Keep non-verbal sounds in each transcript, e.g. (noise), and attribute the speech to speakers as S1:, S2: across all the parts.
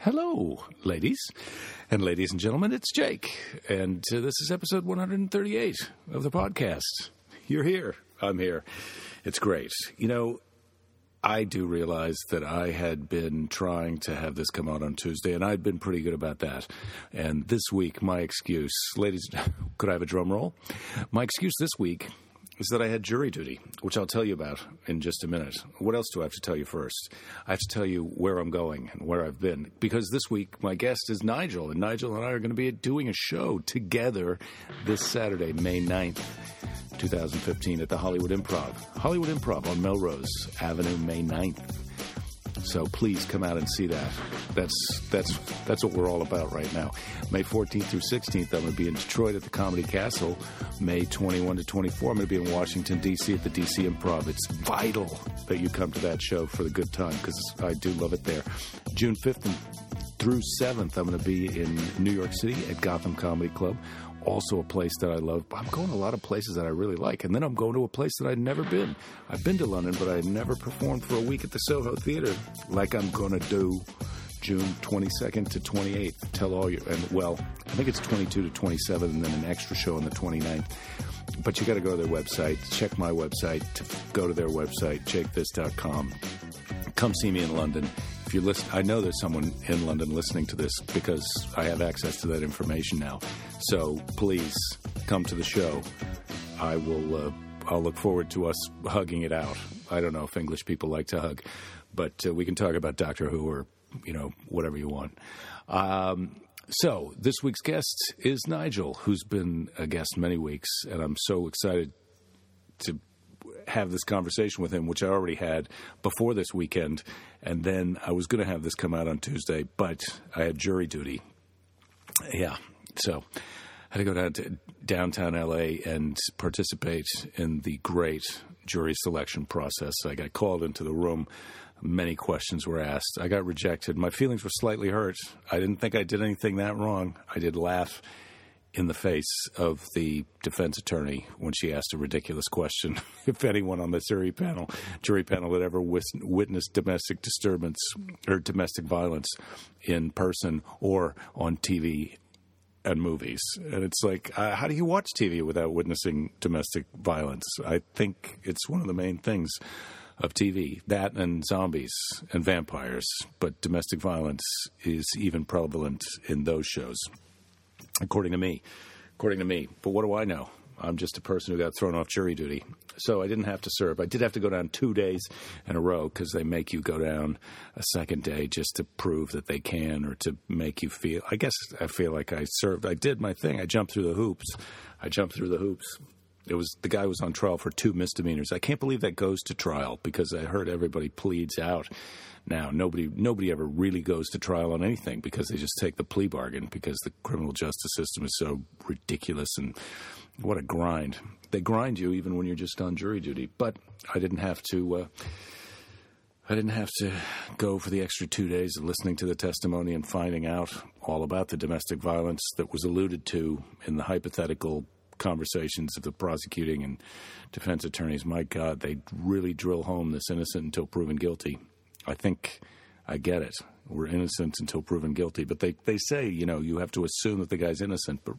S1: Hello, ladies and ladies and gentlemen. It's Jake, and uh, this is episode 138 of the podcast. You're here. I'm here. It's great. You know, I do realize that I had been trying to have this come out on Tuesday, and I'd been pretty good about that. And this week, my excuse, ladies, (laughs) could I have a drum roll? My excuse this week is that I had jury duty, which I'll tell you about in just a minute. What else do I have to tell you first? I have to tell you where I'm going and where I've been, because this week my guest is Nigel, and Nigel and I are going to be doing a show together this Saturday, May 9th. 2015 at the Hollywood Improv. Hollywood Improv on Melrose Avenue, May 9th. So please come out and see that. That's that's that's what we're all about right now. May 14th through 16th, I'm going to be in Detroit at the Comedy Castle. May 21 to 24, I'm going to be in Washington D.C. at the D.C. Improv. It's vital that you come to that show for the good time because I do love it there. June 5th and through 7th, I'm going to be in New York City at Gotham Comedy Club, also a place that I love. I'm going to a lot of places that I really like, and then I'm going to a place that I'd never been. I've been to London, but I had never performed for a week at the Soho Theater like I'm going to do June 22nd to 28th. Tell all your, and well, I think it's 22 to 27, and then an extra show on the 29th. But you got to go to their website, check my website, to go to their website, jakethis.com come see me in London. If you listen, I know there's someone in London listening to this because I have access to that information now. So please come to the show. I will. Uh, I'll look forward to us hugging it out. I don't know if English people like to hug, but uh, we can talk about Doctor Who or you know whatever you want. Um, so this week's guest is Nigel, who's been a guest many weeks, and I'm so excited to have this conversation with him, which I already had before this weekend, and then I was going to have this come out on Tuesday, but I had jury duty. Yeah, so I had to go down to downtown LA and participate in the great jury selection process. I got called into the room. Many questions were asked. I got rejected. My feelings were slightly hurt. I didn't think I did anything that wrong. I did laugh in the face of the defense attorney when she asked a ridiculous question (laughs) if anyone on the jury panel jury panel had ever wis- witnessed domestic disturbance or domestic violence in person or on TV and movies and it's like uh, how do you watch TV without witnessing domestic violence i think it's one of the main things of TV that and zombies and vampires but domestic violence is even prevalent in those shows according to me. According to me. But what do I know? I'm just a person who got thrown off jury duty. So I didn't have to serve. I did have to go down two days in a row because they make you go down a second day just to prove that they can or to make you feel. I guess I feel like I served. I did my thing. I jumped through the hoops. I jumped through the hoops. It was the guy was on trial for two misdemeanors. I can't believe that goes to trial because I heard everybody pleads out now. Nobody nobody ever really goes to trial on anything because they just take the plea bargain because the criminal justice system is so ridiculous and what a grind. They grind you even when you're just on jury duty. But I didn't have to uh, I didn't have to go for the extra two days of listening to the testimony and finding out all about the domestic violence that was alluded to in the hypothetical conversations of the prosecuting and defense attorneys. My God, they really drill home this innocent until proven guilty. I think I get it. We're innocent until proven guilty. But they, they say, you know, you have to assume that the guy's innocent. But,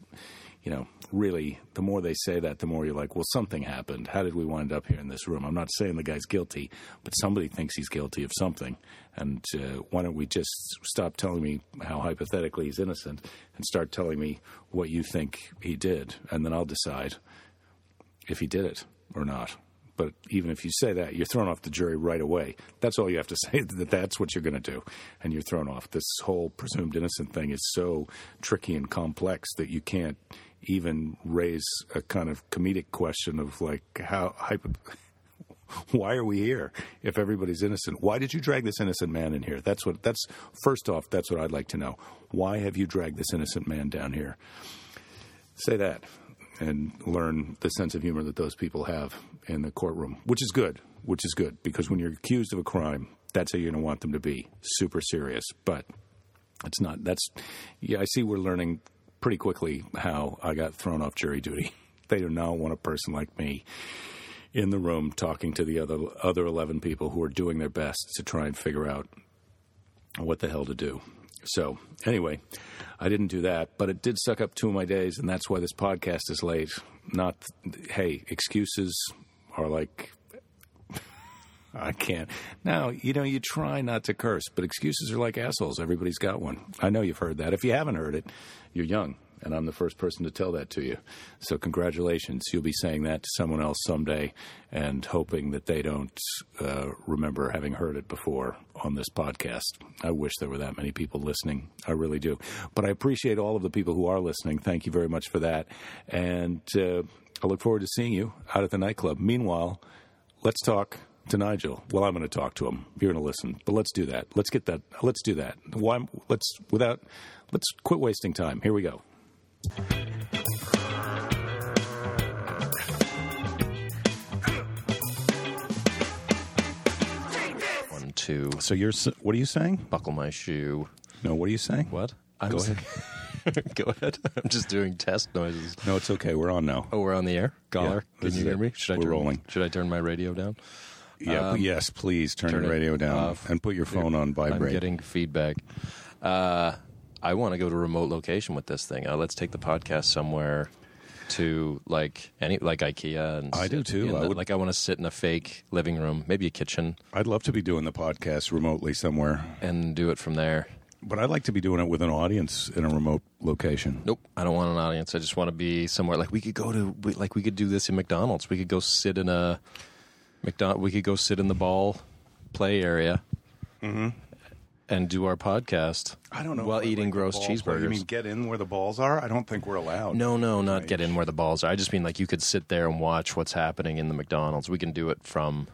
S1: you know, really, the more they say that, the more you're like, well, something happened. How did we wind up here in this room? I'm not saying the guy's guilty, but somebody thinks he's guilty of something. And uh, why don't we just stop telling me how hypothetically he's innocent and start telling me what you think he did? And then I'll decide if he did it or not. But even if you say that, you're thrown off the jury right away. That's all you have to (laughs) say that that's what you're going to do, and you're thrown off. This whole presumed innocent thing is so tricky and complex that you can't even raise a kind of comedic question of like how hypo- (laughs) why are we here if everybody's innocent? Why did you drag this innocent man in here? That's what that's first off. That's what I'd like to know. Why have you dragged this innocent man down here? say that and learn the sense of humor that those people have in the courtroom, which is good, which is good because when you're accused of a crime, that's how you're going to want them to be super serious. But it's not, that's, yeah, I see we're learning pretty quickly how I got thrown off jury duty. (laughs) They do not want a person like me in the room talking to the other other 11 people who are doing their best to try and figure out what the hell to do. So, anyway, I didn't do that, but it did suck up two of my days, and that's why this podcast is late. Not, hey, excuses are like, I can't. Now, you know, you try not to curse, but excuses are like assholes. Everybody's got one. I know you've heard that. If you haven't heard it, you're young, and I'm the first person to tell that to you. So, congratulations. You'll be saying that to someone else someday and hoping that they don't uh, remember having heard it before on this podcast. I wish there were that many people listening. I really do. But I appreciate all of the people who are listening. Thank you very much for that. And uh, I look forward to seeing you out at the nightclub. Meanwhile, let's talk to Nigel. Well, I'm going to talk to him. You're going to listen, but let's do that. Let's get that. Let's do that. Why? Let's without. Let's quit wasting time. Here we go.
S2: One, two.
S1: So you're. s- What are you saying?
S2: Buckle my shoe.
S1: No. What are you saying?
S2: What? I'm
S1: Go
S2: s- (laughs) Go ahead. I'm just doing test noises.
S1: No, it's okay. We're on now.
S2: Oh, we're on the air. Galler,
S1: Yeah, this
S2: can you
S1: is
S2: hear
S1: it.
S2: me? Should I
S1: We're
S2: turn,
S1: rolling.
S2: Should I turn my radio down?
S1: Yeah. yes. Please turn,
S2: um, turn
S1: your
S2: it
S1: radio down
S2: off.
S1: and put your phone on
S2: I'm
S1: vibrate.
S2: getting feedback. Uh, I want to go to a remote location with this thing. Uh, let's take the podcast somewhere to like any like IKEA and
S1: I
S2: sit
S1: do, too.
S2: in
S1: I
S2: the-
S1: would-
S2: Like I want to sit in a fake living room, maybe a kitchen,
S1: I'd love to be doing the podcast remotely somewhere,
S2: and do it from there.
S1: but I'd like to be doing it with an audience in a remote location.
S2: Nope, I don't want an audience. I just want to be somewhere like we could go to, we, like we could do this in McDonald's. We could go sit in a McDonald. We could go sit in the ball play area and do our podcast.
S1: Mm-hmm. I don't know.
S2: while
S1: if I'd
S2: eating
S1: like the
S2: gross
S1: ball play.
S2: cheeseburgers.
S1: You mean get in where the balls are? I don't think we're allowed.
S2: no, no, not get in where the balls are. I just mean like you could sit there and watch what's happening in the McDonald's. We can do it from.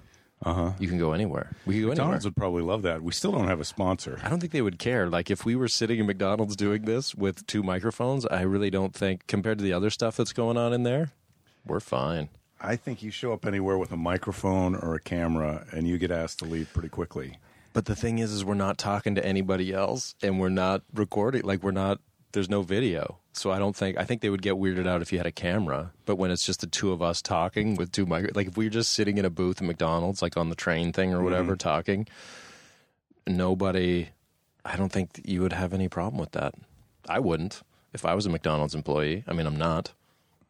S2: Uh huh. You can go anywhere. We can
S1: Uh-huh.
S2: go anywhere.
S1: McDonald's would probably love that. We still don't have a sponsor.
S2: I don't think they would care. Like if we were sitting in McDonald's doing this with two microphones, I really don't think compared to the other stuff that's going on in there, we're fine.
S1: I think you show up anywhere with a microphone or a camera and you get asked to leave pretty quickly.
S2: But the thing is, is we're not talking to anybody else, and we're not recording. Like we're not. There's no video, so I don't think. I think they would get weirded out if you had a camera. But when it's just the two of us talking with two mic, like if we were just sitting in a booth at McDonald's, like on the train thing or whatever, talking, nobody. I don't think you would have any problem with that. I wouldn't if I was a McDonald's employee. I mean, I'm not,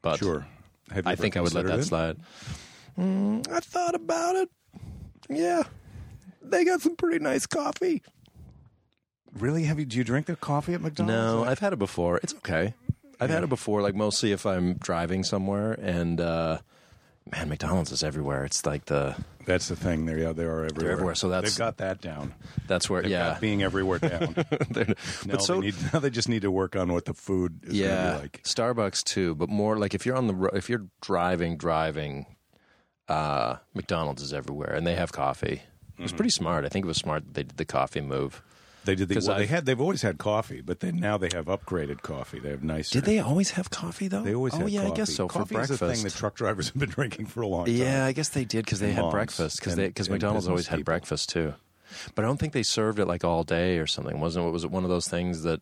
S2: but
S1: Sure. Have you
S2: I
S1: ever
S2: think I would let
S1: considered
S2: that
S1: it?
S2: slide. Mm, I thought about it. Yeah. They got some pretty nice coffee.
S1: Really? Have you? Do you drink the coffee at McDonald's?
S2: No, I've had it before. It's okay. I've had it before, like mostly if I'm driving somewhere and uh man, McDonald's is everywhere. It's like the
S1: That's the thing. They're yeah, they are everywhere.
S2: everywhere, so that's-
S1: they've got that down.
S2: that's where
S1: They've
S2: yeah.
S1: got being everywhere down.
S2: (laughs) They're-
S1: now,
S2: but so
S1: they need, now they just need to work on what the food is
S2: yeah,
S1: going to be like.
S2: Starbucks too, but more like if you're on the ro- if you're driving driving uh McDonald's is everywhere and they have coffee. It was pretty smart. I think it was smart that they did the coffee move.
S1: They did. The,
S2: 'Cause
S1: well, they
S2: I've-
S1: had. They've always had coffee, but they, now they have upgraded coffee. They have nicer.
S2: Did they always have coffee though?
S1: They always
S2: Oh
S1: had
S2: yeah,
S1: coffee.
S2: I guess so
S1: Coffee
S2: for
S1: is
S2: breakfast.
S1: a thing that truck drivers have been (laughs) drinking for a long time.
S2: yeah, I guess they did because they had
S1: moms
S2: breakfast because
S1: and-
S2: because
S1: and
S2: McDonald's
S1: business
S2: always had
S1: people.
S2: breakfast too. But I don't think they served it like all day or something. Wasn't it? Was it one of those things that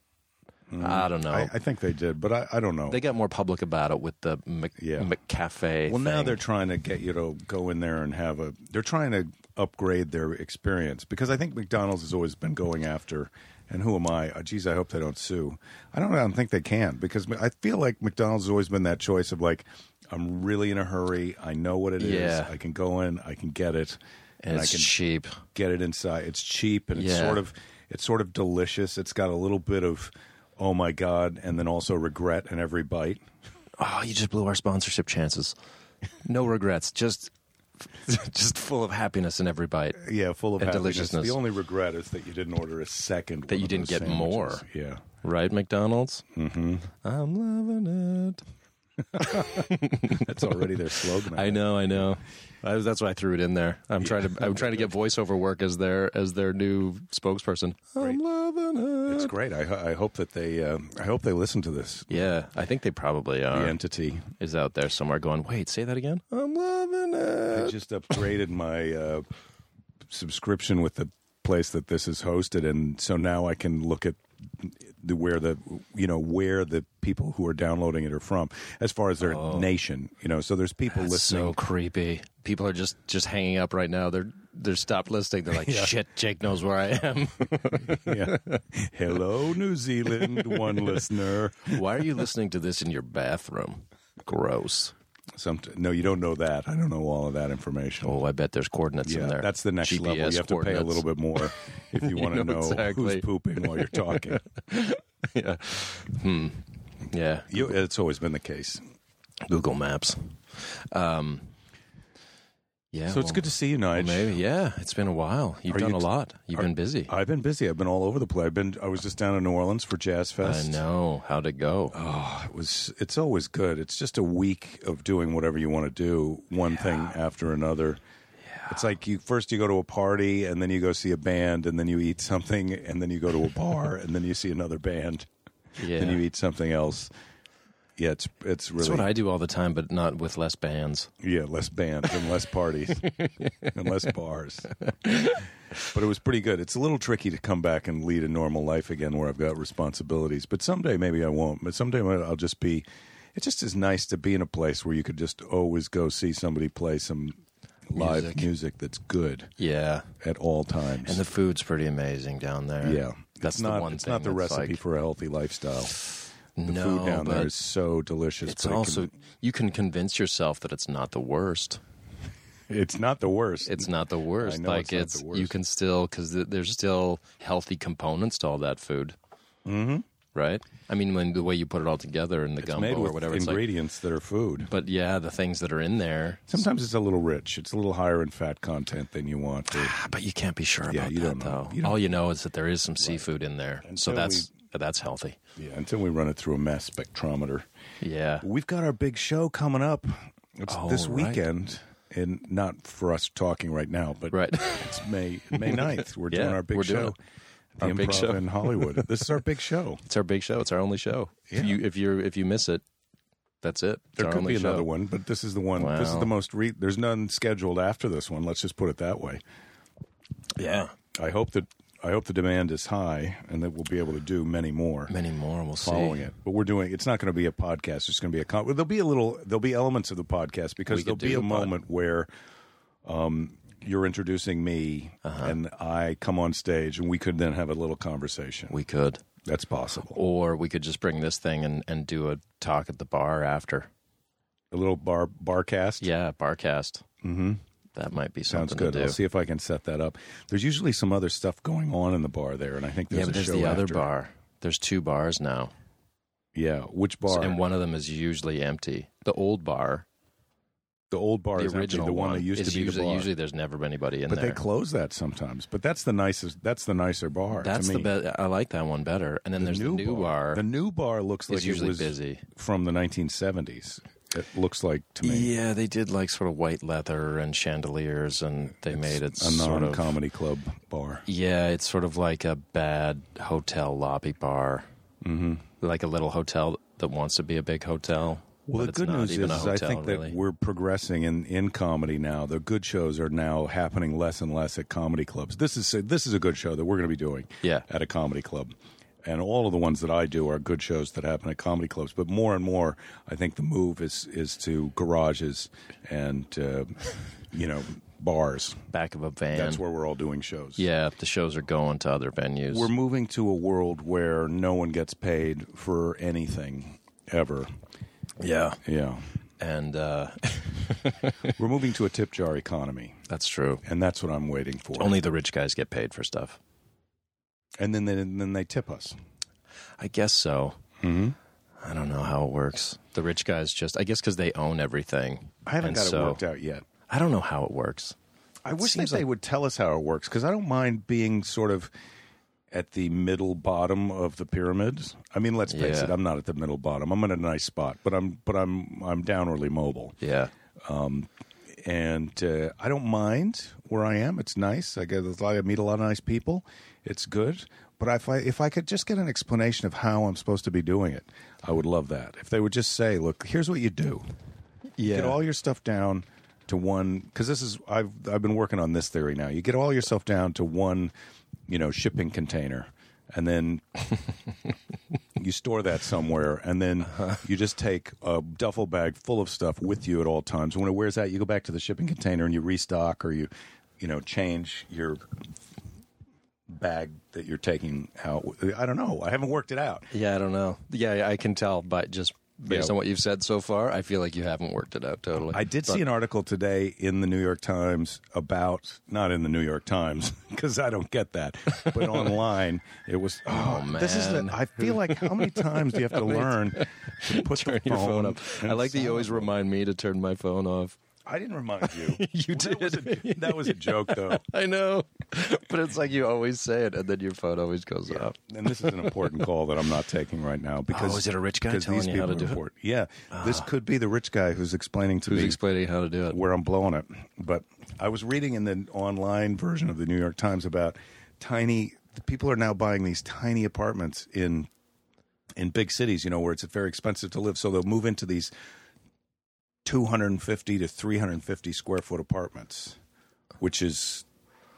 S2: I don't know?
S1: Mm. I, I think they did, but I, I don't know.
S2: they got more public about it with the Mc,
S1: Yeah.
S2: McCafe.
S1: Well, now
S2: thing.
S1: they're trying to get you to go in there and have a. They're trying to upgrade their experience because I think McDonald's has always been going after. And who am I? Uh, geez, I hope they don't sue. I don't. I don't think they can because I feel like McDonald's has always been that choice of like, I'm really in a hurry. I know what it is.
S2: Yeah.
S1: I can go in. I can get it,
S2: and it's
S1: I can
S2: cheap.
S1: get it inside. It's cheap and it's
S2: Yeah.
S1: sort of it's sort of delicious. It's got a little bit of oh my god, and then also regret in every bite.
S2: Oh, you just blew our sponsorship chances. No regrets. Just (laughs) just full of happiness in every bite.
S1: Yeah, full of
S2: And
S1: happiness.
S2: deliciousness.
S1: The only regret is that you didn't order a second. That
S2: you didn't get more.
S1: Yeah,
S2: Right, McDonald's. Mm-hmm. I'm loving it.
S1: (laughs) that's already their slogan.
S2: (laughs) I know, I know. I was, that's why I threw it in there. I'm trying to I'm trying to get voiceover work as their as their new spokesperson. I'm loving
S1: It's
S2: it.
S1: great. I, ho- I hope that they. Uh, I hope they listen to this.
S2: Yeah, I think they probably
S1: The
S2: are.
S1: entity.
S2: Is out there somewhere going, "Wait, say that again." I'm loving
S1: I
S2: it.
S1: just upgraded my uh, subscription with the place that this is hosted, and so now I can look at the, where the you know where the people who are downloading it are from, as far as their nation. You know, so there's people listening.
S2: Oh. So creepy. People are just just hanging up right now. They're they're stopped
S1: (laughs)
S2: listening. They're like, shit, Jake knows where I am.
S1: (laughs)
S2: (laughs)
S1: yeah. Hello, New Zealand,
S2: (laughs)
S1: one listener.
S2: Why are you listening to this in your bathroom? Gross.
S1: Some, no, you don't know that. I don't know all of that information.
S2: Oh, I bet there's coordinates
S1: yeah,
S2: in there.
S1: that's the next
S2: GPS
S1: level. You have to pay a
S2: coordinates.
S1: little bit more if
S2: (laughs)
S1: you, want to
S2: know
S1: know
S2: exactly.
S1: who's pooping while you're talking.
S2: (laughs) yeah. Hmm. Yeah.
S1: you, it's always been the case.
S2: Google Maps. Um, yeah.
S1: So it's
S2: well,
S1: good to see you, Nige.
S2: Maybe. Yeah. It's been a while. You've
S1: Are
S2: done
S1: you-
S2: a lot. You've been busy.
S1: I've been busy. I've been all over the place. I've been. I was just down in New Orleans for Jazz
S2: I
S1: Fest.
S2: know. How'd it go?
S1: Oh, it was. It's always good. It's just a week of doing whatever you want to do, one thing after another. It's like you first you go to a party and then you go see a band and then you eat something and then you go to a
S2: (laughs)
S1: bar and then you see another band
S2: yeah.
S1: then you eat something else. Yeah, it's it's
S2: That's
S1: really
S2: what I do all the time, but not with less bands.
S1: yeah less bands and less
S2: (laughs)
S1: parties and less bars. But it was pretty good. It's a little tricky to come back and lead a normal life again where I've got responsibilities. But someday maybe I won't. But someday I'll just be. It just is nice to be in a place where you could just always go see somebody play some live music,
S2: Music.
S1: that's good
S2: Yeah.
S1: at all times.
S2: And the food's pretty amazing down there.
S1: yeah, it's
S2: That's the
S1: not,
S2: one
S1: It's
S2: thing
S1: not the
S2: that's
S1: recipe
S2: like-
S1: for a healthy lifestyle. The
S2: no,
S1: food down
S2: but
S1: there is so delicious.
S2: it's
S1: but it can-
S2: also you can convince yourself that it's not the worst.
S1: it's not the worst.
S2: It's not the worst.
S1: know it's
S2: like
S1: not the
S2: it's, you
S1: worst.
S2: can still because th- there's still healthy components to all that food. Mm-hmm. Right. I mean, when the way you put it all together in the
S1: It's
S2: gumbo
S1: made with
S2: or whatever, it's like.
S1: ingredients that are food.
S2: But yeah, the things that are in there.
S1: Sometimes it's a little rich. It's a little higher in fat content than you want.
S2: (sighs)
S1: To.
S2: Ah, But you can't be sure about
S1: Yeah, you
S2: that
S1: don't know.
S2: though.
S1: You don't-
S2: all you know is that there is some seafood in there, so
S1: so
S2: that's that's healthy.
S1: Yeah, until we run it through a mass spectrometer.
S2: Yeah.
S1: We've got our big show coming up. It's
S2: Oh,
S1: this
S2: right.
S1: weekend, and not for us talking right now, but
S2: Right. (laughs)
S1: it's May May 9th. We're
S2: Yeah,
S1: doing our big
S2: we're doing
S1: show.
S2: it.
S1: at The
S2: Our
S1: improv
S2: big show.
S1: in
S2: (laughs)
S1: Hollywood. This is our big show.
S2: It's our big show. It's our only show.
S1: Yeah.
S2: If you if you if you miss it, that's it. It's
S1: There
S2: our
S1: could
S2: only
S1: be another
S2: show.
S1: one, but this is the one. This is
S2: Wow.
S1: the most. Re- There's none scheduled after this one. Let's just put it that way.
S2: Yeah.
S1: I hope that I hope the demand is high, and that we'll be able to do many more.
S2: Many more. We'll see.
S1: following it. But we're doing. It's not going to be a podcast. It's going to be a. Con- there'll be a little. There'll be elements of the podcast because
S2: could
S1: there'll be
S2: do
S1: a
S2: a pod-
S1: moment where, um, you're introducing me
S2: Uh-huh.
S1: and I come on stage and we could then have a little conversation.
S2: We could,
S1: That's possible.
S2: or we could just bring this thing and and do a talk at the bar after.
S1: A little bar bar cast.
S2: Yeah, barcast. Mm-hmm. That might be
S1: Sounds
S2: something
S1: good.
S2: to
S1: I'll
S2: do.
S1: see if I can set that up. There's usually some other stuff going on in the bar there, and I think there's
S2: yeah, but
S1: a
S2: there's
S1: show
S2: the other
S1: after.
S2: bar. There's two bars now,
S1: Yeah, which bar?
S2: and one of them is usually empty. The old bar,
S1: the old bar
S2: the
S1: is empty.
S2: original
S1: The one, that used
S2: is
S1: to be
S2: usually,
S1: the bar.
S2: usually there's never anybody in
S1: but
S2: there.
S1: they close that sometimes. But that's the nicest. That's the nicer bar.
S2: That's
S1: to
S2: the
S1: me.
S2: best. I like that one better. And then there's the new bar.
S1: The new bar looks like
S2: is
S1: it
S2: usually
S1: was
S2: busy.
S1: from the 1970s. It looks like to me
S2: Yeah, they did like sort of white leather and chandeliers, and they made it
S1: a
S2: sort of
S1: non-comedy club bar.
S2: Yeah, it's sort of like a bad hotel lobby bar, mm-hmm. like a little hotel that wants to be a big hotel.
S1: Well,
S2: but
S1: the
S2: it's
S1: good
S2: not
S1: news is,
S2: even a
S1: is I
S2: hotel,
S1: think
S2: really.
S1: that we're progressing in, in comedy now. The good shows are now happening less and less at comedy clubs. This is this is a good show that we're going to be doing
S2: Yeah.
S1: at a comedy club. And all of the ones that I do are good shows that happen at comedy clubs. But more and more, I think the move is is to garages and uh, you know bars.
S2: back of a van.
S1: That's where we're all doing shows.
S2: yeah, the shows are going to other venues.
S1: We're moving to a world where no one gets paid for anything ever.
S2: yeah,
S1: Yeah.
S2: and uh, (laughs)
S1: We're moving to a tip jar economy,
S2: that's true.
S1: and that's what I'm waiting for.
S2: Only the rich guys get paid for stuff.
S1: and then they, and then they tip us.
S2: I guess so. Mm-hmm. I don't know how it works. The rich guys just, I guess, because they own everything.
S1: I haven't
S2: And
S1: got
S2: so-
S1: it worked out yet.
S2: I don't know how it works.
S1: I wish that
S2: seems
S1: they would tell us how it works because I don't mind being sort of at the middle bottom of the pyramids. I mean, let's face
S2: Yeah.
S1: it, I'm not at the middle bottom. I'm in a nice spot, but I'm but I'm I'm downwardly mobile.
S2: Yeah,
S1: and uh, I don't mind where I am. It's nice. I get I meet a lot of nice people. It's good. But if I if I could just get an explanation of how I'm supposed to be doing it, I would love that. If they would just say, "Look, here's what you do.
S2: yeah.
S1: Get all your stuff down to one." Because this is I've I've been working on this theory now. You get all your stuff down to one, you know, shipping container,
S3: and then you store that somewhere, and then you just take a duffel bag full of stuff with you at all times. When it wears out, you go back to the shipping container and you restock, or you, you know, change your bag that you're taking out. I don't know. I haven't worked it out.
S2: Yeah, I don't know. Yeah, I can tell, but just based
S3: Yeah.
S2: on what you've said so far, I feel like you haven't worked it out totally.
S3: I did see an article today in the New York Times about not in the New York Times (laughs) because I don't get that, but (laughs) online it was. Oh,
S2: man.
S3: this is. the- I feel like how many times do you have (laughs) to learn to (laughs)
S2: (laughs)
S3: put
S2: turn
S3: the
S2: your phone up.
S3: in
S2: I like that you
S3: silent?
S2: always remind me to turn my phone off. (laughs)
S3: I didn't remind you.
S2: You
S3: (laughs) That was, a, that was a joke though,
S2: I know, (laughs) but it's like you always say it, and then your phone always goes off.
S3: and this is an important call that I'm not taking right now because
S2: Oh, is it a rich guy
S3: because
S2: telling
S3: these
S2: you how to
S3: people
S2: do
S3: are
S2: it?
S3: important. Yeah, this could be the rich guy who's explaining to
S2: Who's
S3: me
S2: explaining how to do it?
S3: where I'm blowing it. But I was reading in the online version of the New York Times about tiny people are now buying these tiny apartments in in big cities, you know, where it's very expensive to live. So they'll move into these 250 to 350 square foot apartments, which is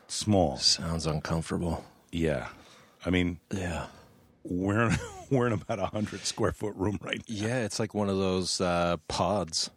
S3: small.
S2: Sounds uncomfortable.
S3: Yeah. I mean,
S2: Yeah.
S3: we're (laughs) we're in about a 100 square foot room right now.
S2: Yeah, it's like one of those uh, pods.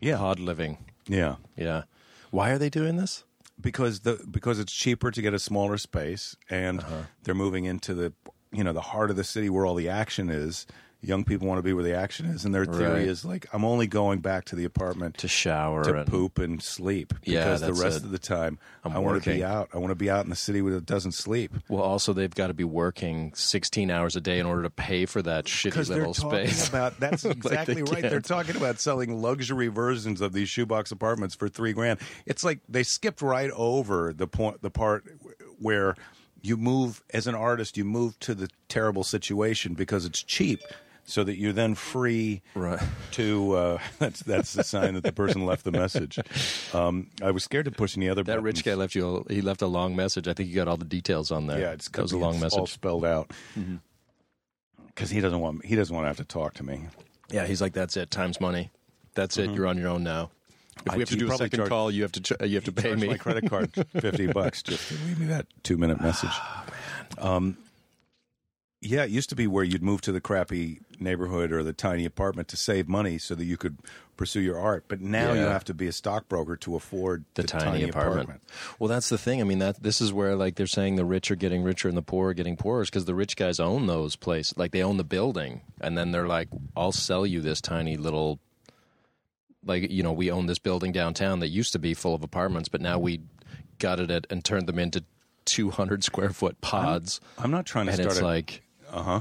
S3: Yeah.
S2: Pod living.
S3: Yeah.
S2: Yeah. Why are they doing this?
S3: because the because it's cheaper to get a smaller space and
S2: Uh-huh.
S3: they're moving into the you know the heart of the city where all the action is young people want to be where the action is and their theory
S2: Right.
S3: is like i'm only going back to the apartment
S2: To shower
S3: to
S2: and
S3: poop and sleep
S2: Yeah,
S3: because the
S2: that's
S3: rest
S2: it.
S3: of the time
S2: I'm
S3: i want to
S2: working.
S3: be out i want to be out in the city where it doesn't sleep
S2: Well, also they've got to be working 16 hours a day in order to pay for that shitty
S3: because they're
S2: little
S3: talking
S2: space. (laughs)
S3: about that's exactly right. They're
S2: can't.
S3: talking about selling luxury versions of these shoebox apartments for three grand. It's like they skipped right over the point, the part wh- where you move as an artist, you move to the terrible situation because it's cheap, so that you're then free
S2: Right.
S3: to. Uh, (laughs) that's that's the sign that the person left the message. Um, I was scared to push any other.
S2: that rich guy left you. a- He left a long message. I think you got all the details on there.
S3: Yeah, it's
S2: that was a
S3: it's
S2: long
S3: All
S2: message. Mm-hmm.
S3: spelled out. Because he doesn't want he doesn't want to have to talk to me.
S2: Yeah, he's like, that's it. Time's money. That's it. You're on your own now. If
S3: Mm-hmm. I-
S2: we have to
S3: he
S2: do a
S3: probably
S2: second
S3: charged-
S2: call, you have to ch- you have to pay
S3: charge
S2: me.
S3: my credit
S2: (laughs)
S3: card fifty bucks just to leave me that two minute message.
S2: Oh,
S3: Um, yeah, it used to be where you'd move to the crappy neighborhood or the tiny apartment to save money so that you could pursue your art. But now you
S2: Yeah.
S3: have to be a stockbroker to afford
S2: the, tiny, apartment. Well, that's the thing. I mean, that this is where like they're saying the rich are getting richer and the poor are getting poorer because the rich guys own those places, like they own the building, and then they're like, "I'll sell you this tiny little." Like you know, we own this building downtown that used to be full of apartments, but now we gutted it and turned them into two hundred square foot pods,
S3: I'm not trying to
S2: and
S3: start
S2: it's
S3: a,
S2: like. Uh huh.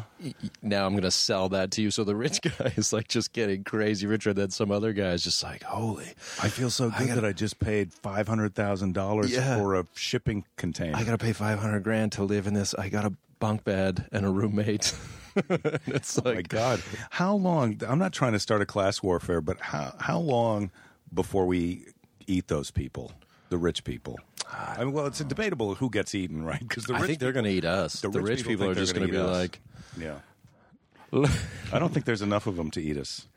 S2: Now I'm going to sell that to you. So the rich (laughs) guy is like just getting crazy richer. Then some other guy is just like, holy,
S3: I feel so good that I just paid five hundred thousand dollars
S2: Yeah.
S3: for a shipping container.
S2: I gotta pay five hundred grand to live in this. I got a bunk bed and a roommate. (laughs) And it's
S3: Oh my
S2: like
S3: God, how long? I'm not trying to start a class warfare, but how how long before we eat those people, the rich people? I mean, well, it's debatable who gets eaten, right? Because the rich,
S2: I think they're gonna eat us. The, rich, people, are
S3: think
S2: just
S3: they're
S2: gonna, be
S3: eat
S2: like,
S3: us. yeah. I don't think there's enough of them to eat us,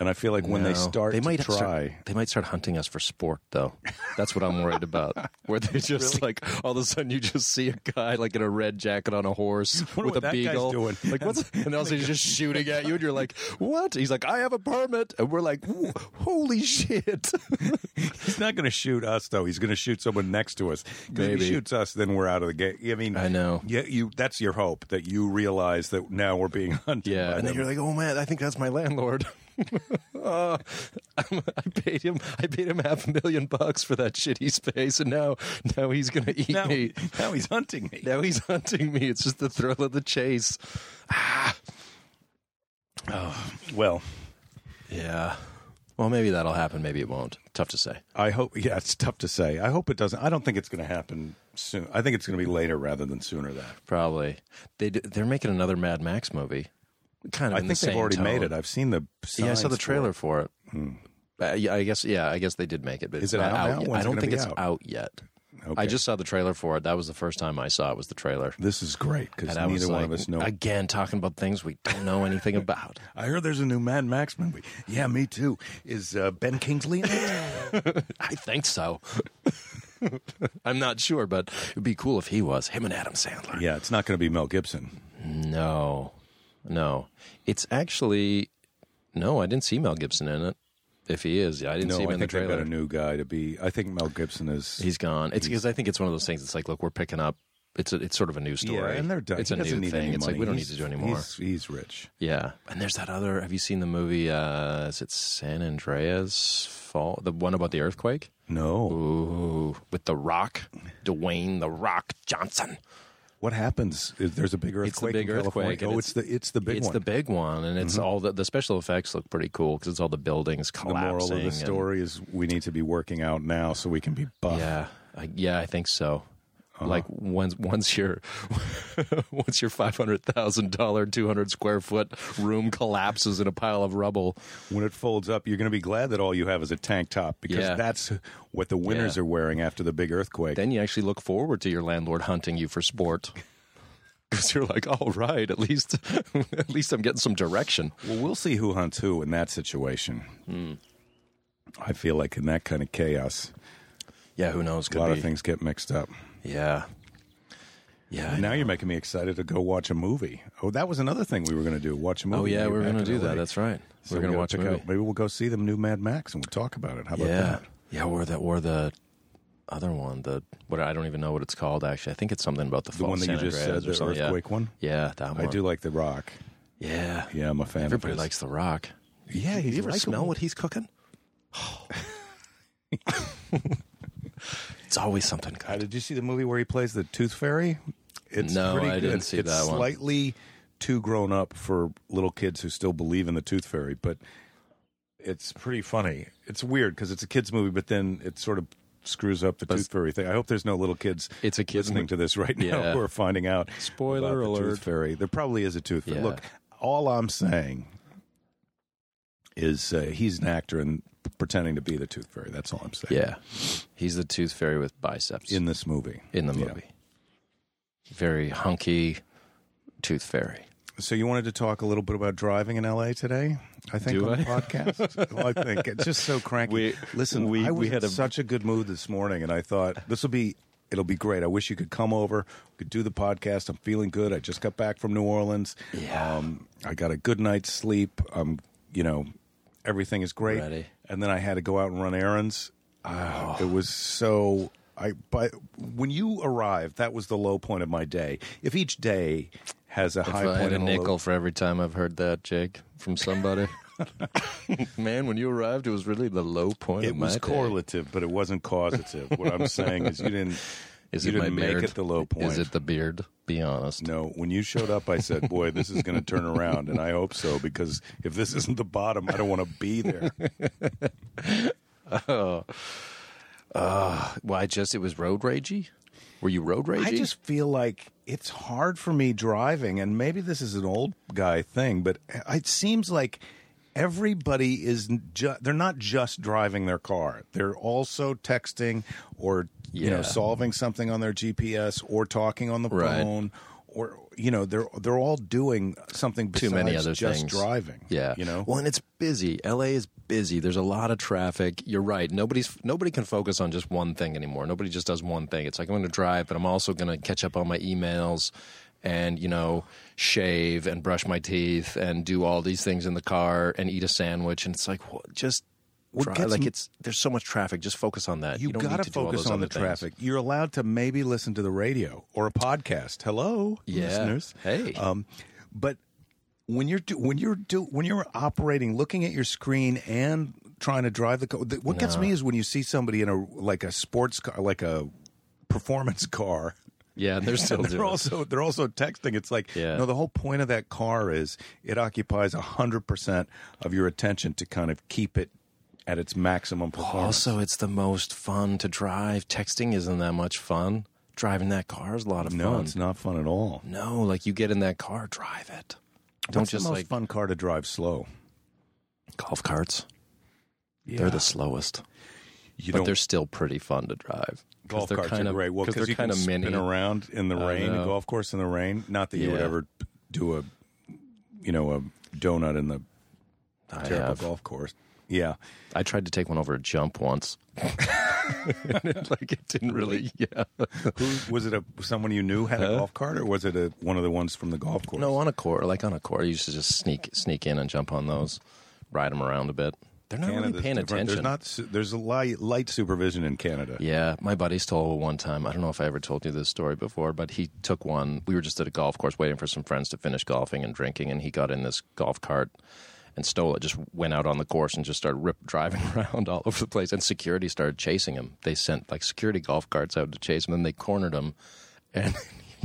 S3: and I feel like when they
S2: No.
S3: start,
S2: they might
S3: to try.
S2: Start, they might start hunting us for sport, though. That's what I'm worried
S3: (laughs)
S2: about. Where they just like all of a sudden you just see a guy like in a red jacket on a horse
S3: Wonder
S2: with
S3: (laughs) what
S2: a
S3: that guy's
S2: beagle,
S3: doing.
S2: (laughs) like
S3: (laughs)
S2: what's? And also he's just shooting at you, and you're like, "What?" He's like, "I have a permit," and we're like, "Whoa, "Holy shit!" (laughs)
S3: He's not going to shoot us though. He's going to shoot someone next to us. 'Cause If
S2: Maybe.
S3: he shoots us, then we're out of the game. I mean,
S2: I know.
S3: Yeah, you. That's your hope that you realize that now we're being (laughs) hunted. by
S2: Yeah, and then
S3: them.
S2: you're like, "Oh man, I think that's my landlord." (laughs) Uh, I'm- I paid him. I paid him half a million bucks for that shitty space, and now, now he's gonna eat
S3: (laughs) now,
S2: me.
S3: now he's hunting me.
S2: Now he's (laughs) hunting me. It's just the thrill of the chase.
S3: Well,
S2: Yeah. Well, maybe that'll happen. Maybe it won't. Tough to say.
S3: I hope. Yeah, it's tough to say. I hope it doesn't. I don't think it's going to happen soon. I think it's going to be later rather than sooner. That
S2: Probably. They d- they're making another Mad Max movie. Kind of.
S3: I
S2: in
S3: think
S2: the
S3: they've
S2: same
S3: already
S2: tone.
S3: made it. I've seen the.
S2: Yeah, I saw
S3: signs
S2: the
S3: for
S2: trailer
S3: it.
S2: for it. Uh, yeah, I guess. Yeah, I guess they did make it. But
S3: Hmm.
S2: it's
S3: Is it
S2: not
S3: out now?
S2: yet.
S3: When's
S2: I
S3: it
S2: don't
S3: gonna
S2: think
S3: be
S2: it's
S3: out?
S2: out yet.
S3: Okay.
S2: I just saw the trailer for it. That was the first time I saw it. Was the trailer?
S3: This is great because
S2: And I
S3: neither
S2: was
S3: one
S2: like,
S3: of us know. I,
S2: again talking about things we don't know anything
S3: (laughs)
S2: about.
S3: heard there's a new Mad Max movie. Yeah, me too. Is uh, Ben Kingsley in it?
S2: I think so. (laughs) I'm not sure, but it'd be cool if he was him and Adam Sandler.
S3: Yeah, it's not going to be Mel Gibson.
S2: No, no, it's actually no. I didn't see Mel Gibson in it. If he is, I didn't
S3: No,
S2: see him
S3: I
S2: in the
S3: think they've got
S2: trailer.
S3: a new guy to be. I think Mel Gibson is.
S2: He's gone. It's because I think it's one of those things. It's like, look, we're picking up. It's a, it's sort of a new story.
S3: yeah, and they're done.
S2: It's
S3: He
S2: a
S3: doesn't
S2: new
S3: need
S2: thing.
S3: any
S2: It's like
S3: money.
S2: we don't need
S3: He's-
S2: to do anymore.
S3: He's, he's rich.
S2: Yeah, and there's that other. Have you seen the movie? Uh, is it San Andreas Fall? The one about the earthquake?
S3: No,
S2: Ooh, with the Rock, Dwayne the Rock Johnson.
S3: what happens? Is There's a big earthquake.
S2: It's the big
S3: in California.
S2: earthquake. and
S3: Oh, it's, the it's the big
S2: it's
S3: one. Mm-hmm.
S2: the big one, and it's all the the special effects look pretty cool because it's all the buildings
S3: the moral
S2: collapsing.
S3: of the
S2: and-
S3: story is we need to be working out now so we can be buff.
S2: yeah, I, yeah, I think so.
S3: Uh-huh.
S2: Like once once your (laughs) once your five hundred thousand dollar two hundred square foot room collapses in a pile of rubble.
S3: When it folds up, you're going to be glad that all you have is a tank top because
S2: Yeah.
S3: that's what the winners
S2: Yeah.
S3: are wearing after the big earthquake.
S2: then you actually look forward to your landlord hunting you for sport (laughs) because you're like all right at least (laughs) at least i'm getting some direction
S3: Well, we'll see who hunts who in that situation.
S2: Hmm.
S3: I feel like in that kind of chaos,
S2: yeah who knows
S3: a
S2: could
S3: lot
S2: be
S3: of things get mixed up.
S2: yeah Oh, yeah I know.
S3: Now you're making me excited to go watch a movie. Oh, that was another thing we were going to do: watch a movie.
S2: oh yeah
S3: when
S2: we're
S3: you're
S2: gonna
S3: back
S2: do
S3: in LA.
S2: that that's right
S3: So
S2: we're gonna
S3: gotta
S2: watch a
S3: pick
S2: movie
S3: Out. Maybe we'll go see the new Mad Max and we'll talk about it. How about
S2: yeah
S3: that?
S2: yeah or the or the other one the what i don't even know what it's called actually i think it's something about the,
S3: The one that you just said, the earthquake one.
S2: yeah, yeah that one
S3: I do like The Rock.
S2: yeah
S3: Yeah, I'm a fan.
S2: everybody
S3: of his.
S2: likes the rock
S3: Yeah,
S2: you
S3: he's
S2: ever
S3: likable.
S2: smell what he's
S3: (laughs)
S2: cooking it's always something good
S3: Uh, did you see the movie where he plays the Tooth Fairy? It's
S2: No,
S3: pretty
S2: I
S3: good.
S2: didn't see
S3: it's
S2: that one.
S3: Slightly too grown up for little kids who still believe in the Tooth Fairy, but it's pretty funny. It's weird because it's a kids movie, but then it sort of screws up the Tooth Fairy thing. I hope there's no little kids.
S2: It's a kid's
S3: listening
S2: mo-
S3: to this right now
S2: Yeah.
S3: who are finding out.
S2: Spoiler
S3: about the
S2: alert.
S3: Tooth Fairy. There probably is a Tooth Fairy.
S2: Yeah.
S3: Look, all I'm saying is uh, he's an actor and pretending to be the Tooth Fairy. That's all I'm saying.
S2: Yeah. He's the tooth fairy with biceps in,
S3: In this movie.
S2: the
S3: Yeah.
S2: movie. Very hunky tooth fairy.
S3: So you wanted to talk a little bit about driving in LA today? I think
S2: Do
S3: on the
S2: I? (laughs)
S3: podcast. Well, I think it's just so cranky.
S2: We-
S3: Listen,
S2: we-
S3: I was
S2: we had
S3: in
S2: a-
S3: such a good mood this morning, and I thought this will be it'll be great. I wish you could come over, we could do the podcast. I'm feeling good. I just got back from New Orleans.
S2: Yeah.
S3: Um, I got a good night's sleep. Um, you know, everything is great.
S2: Ready. Oh.
S3: And then I had to go out and run errands. Ah, It was so. I but when you arrived, that was the low point of my day. If each day has a
S2: If
S3: high
S2: I
S3: point
S2: had a
S3: and a low
S2: nickel for every time I've heard that, Jake, from
S3: (laughs)
S2: somebody. Man, when you arrived, it was really the low point of
S3: It
S2: my
S3: was
S2: day.
S3: correlative, but it wasn't causative. what
S2: (laughs)
S3: I'm saying is you didn't.
S2: Is
S3: you
S2: it my
S3: didn't
S2: beard?
S3: make it the low point.
S2: Is it the beard? Be honest.
S3: no, when you showed up, I said, "Boy, this is going to turn around," and I hope so because if this isn't the bottom, I don't want to be there.
S2: Why? just it was road ragey. Were you road ragey?
S3: I just feel like it's hard for me driving, and maybe this is an old guy thing, but it seems like everybody is ju- they're not just driving their car; they're also texting or you know
S2: Yeah.
S3: solving something on their GPS or talking on the
S2: Right.
S3: phone. Or you know they're they're all doing something
S2: Too
S3: besides
S2: many other
S3: just
S2: things.
S3: driving.
S2: Yeah.
S3: you know
S2: Well, and it's busy. LA is busy. There's a lot of traffic. You're right. Nobody's nobody can focus on just one thing anymore. Nobody just does one thing. It's like I'm going to drive, but I'm also going to catch up on my emails and, you know, shave and brush my teeth and do all these things in the car and eat a sandwich and it's like what just drive.
S3: gets
S2: like
S3: m-
S2: it's there's so much traffic. Just focus on that.
S3: you,
S2: don't
S3: got
S2: need
S3: to
S2: to do all
S3: focus
S2: those
S3: on the
S2: other things.
S3: traffic. You're allowed to maybe listen to the radio or a podcast. Hello,
S2: Yeah.
S3: listeners.
S2: Hey.
S3: um, but when you're do, when you're do, when you're operating, looking at your screen and trying to drive the car, the, what gets me is when you see somebody in a like a sports car, like a performance
S2: (laughs)
S3: (laughs) car.
S2: Yeah, and they're still
S3: And
S2: doing
S3: (laughs) they're
S2: it.
S3: also they're also texting. It's like
S2: Yeah.
S3: no, the whole point of that car is it occupies hundred percent of your attention to kind of keep it at its maximum performance.
S2: Also, it's the most fun to drive. Texting isn't that much fun. Driving that car is a lot of
S3: no,
S2: fun.
S3: it's not fun at all.
S2: No, like you get in that car, drive it. Don't
S3: What's
S2: just
S3: the most
S2: like
S3: fun car to drive slow.
S2: golf carts. They're the slowest,
S3: you
S2: but
S3: don't,
S2: they're still pretty fun to drive. 'Cause
S3: golf
S2: they're
S3: carts
S2: kind
S3: are
S2: of
S3: great. Well,
S2: because
S3: you
S2: they're kind
S3: can
S2: of mini.
S3: spin around in the rain, a
S2: know.
S3: golf course in the rain. Not that you would
S2: Yeah.
S3: ever do a, you know, a donut in the
S2: I
S3: terrible
S2: have.
S3: golf course. Yeah,
S2: I tried to take one over a jump once. (laughs) like it didn't really. (laughs) Yeah.
S3: Who was it? A someone you knew had a golf cart, or was it a, one of the ones from the golf course?
S2: No, on a court, like on a court, you used to just sneak sneak in and jump on those, ride them around a bit. They're not really
S3: Canada's
S2: paying
S3: different.
S2: attention.
S3: There's not. su- There's a light, light supervision in Canada.
S2: Yeah, my buddies told one time. I don't know if I ever told you this story before, but he took one. We were just at a golf course waiting for some friends to finish golfing and drinking, and he got in this golf cart and stole it. Just went out on the course and just started rip (laughs) driving around all over the place. And security started chasing him. They sent like security golf carts out to chase him, and they cornered him, (laughs) and.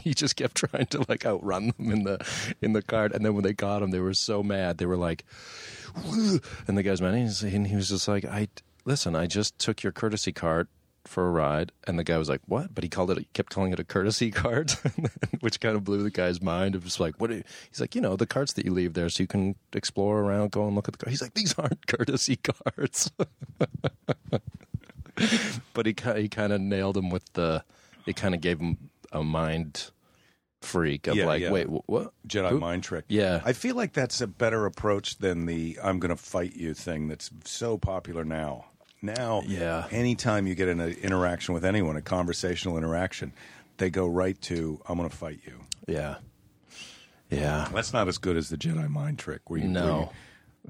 S2: He just kept trying to like outrun them in the in the cart, and then when they got him, they were so mad. They were like, (laughs) and the guy's mad, and he's- and he was just like, "I listen, I just took your courtesy cart for a ride," and the guy was like, "What?" But he called it, he kept calling it a courtesy cart, (laughs) which kind of blew the guy's mind. It was like, "What?" Are you-" He's like, "You know, the carts that you leave there so you can explore around, go and look at the car." He's like, "These aren't (laughs) courtesy carts," (laughs) but he ki- he kind of nailed him with the, it kind of gave him a mind freak of
S3: Yeah,
S2: like,
S3: yeah.
S2: "Wait, wh- what?"
S3: Jedi
S2: Who-
S3: mind trick.
S2: Yeah.
S3: I feel like that's a better approach than the "I'm going to fight you" thing that's so popular now. Now,
S2: Yeah.
S3: anytime you get an uh, interaction with anyone, a conversational interaction, they go right to "I'm going to fight you."
S2: Yeah, yeah.
S3: That's not as good as the Jedi mind trick. Where you where
S2: No.
S3: you-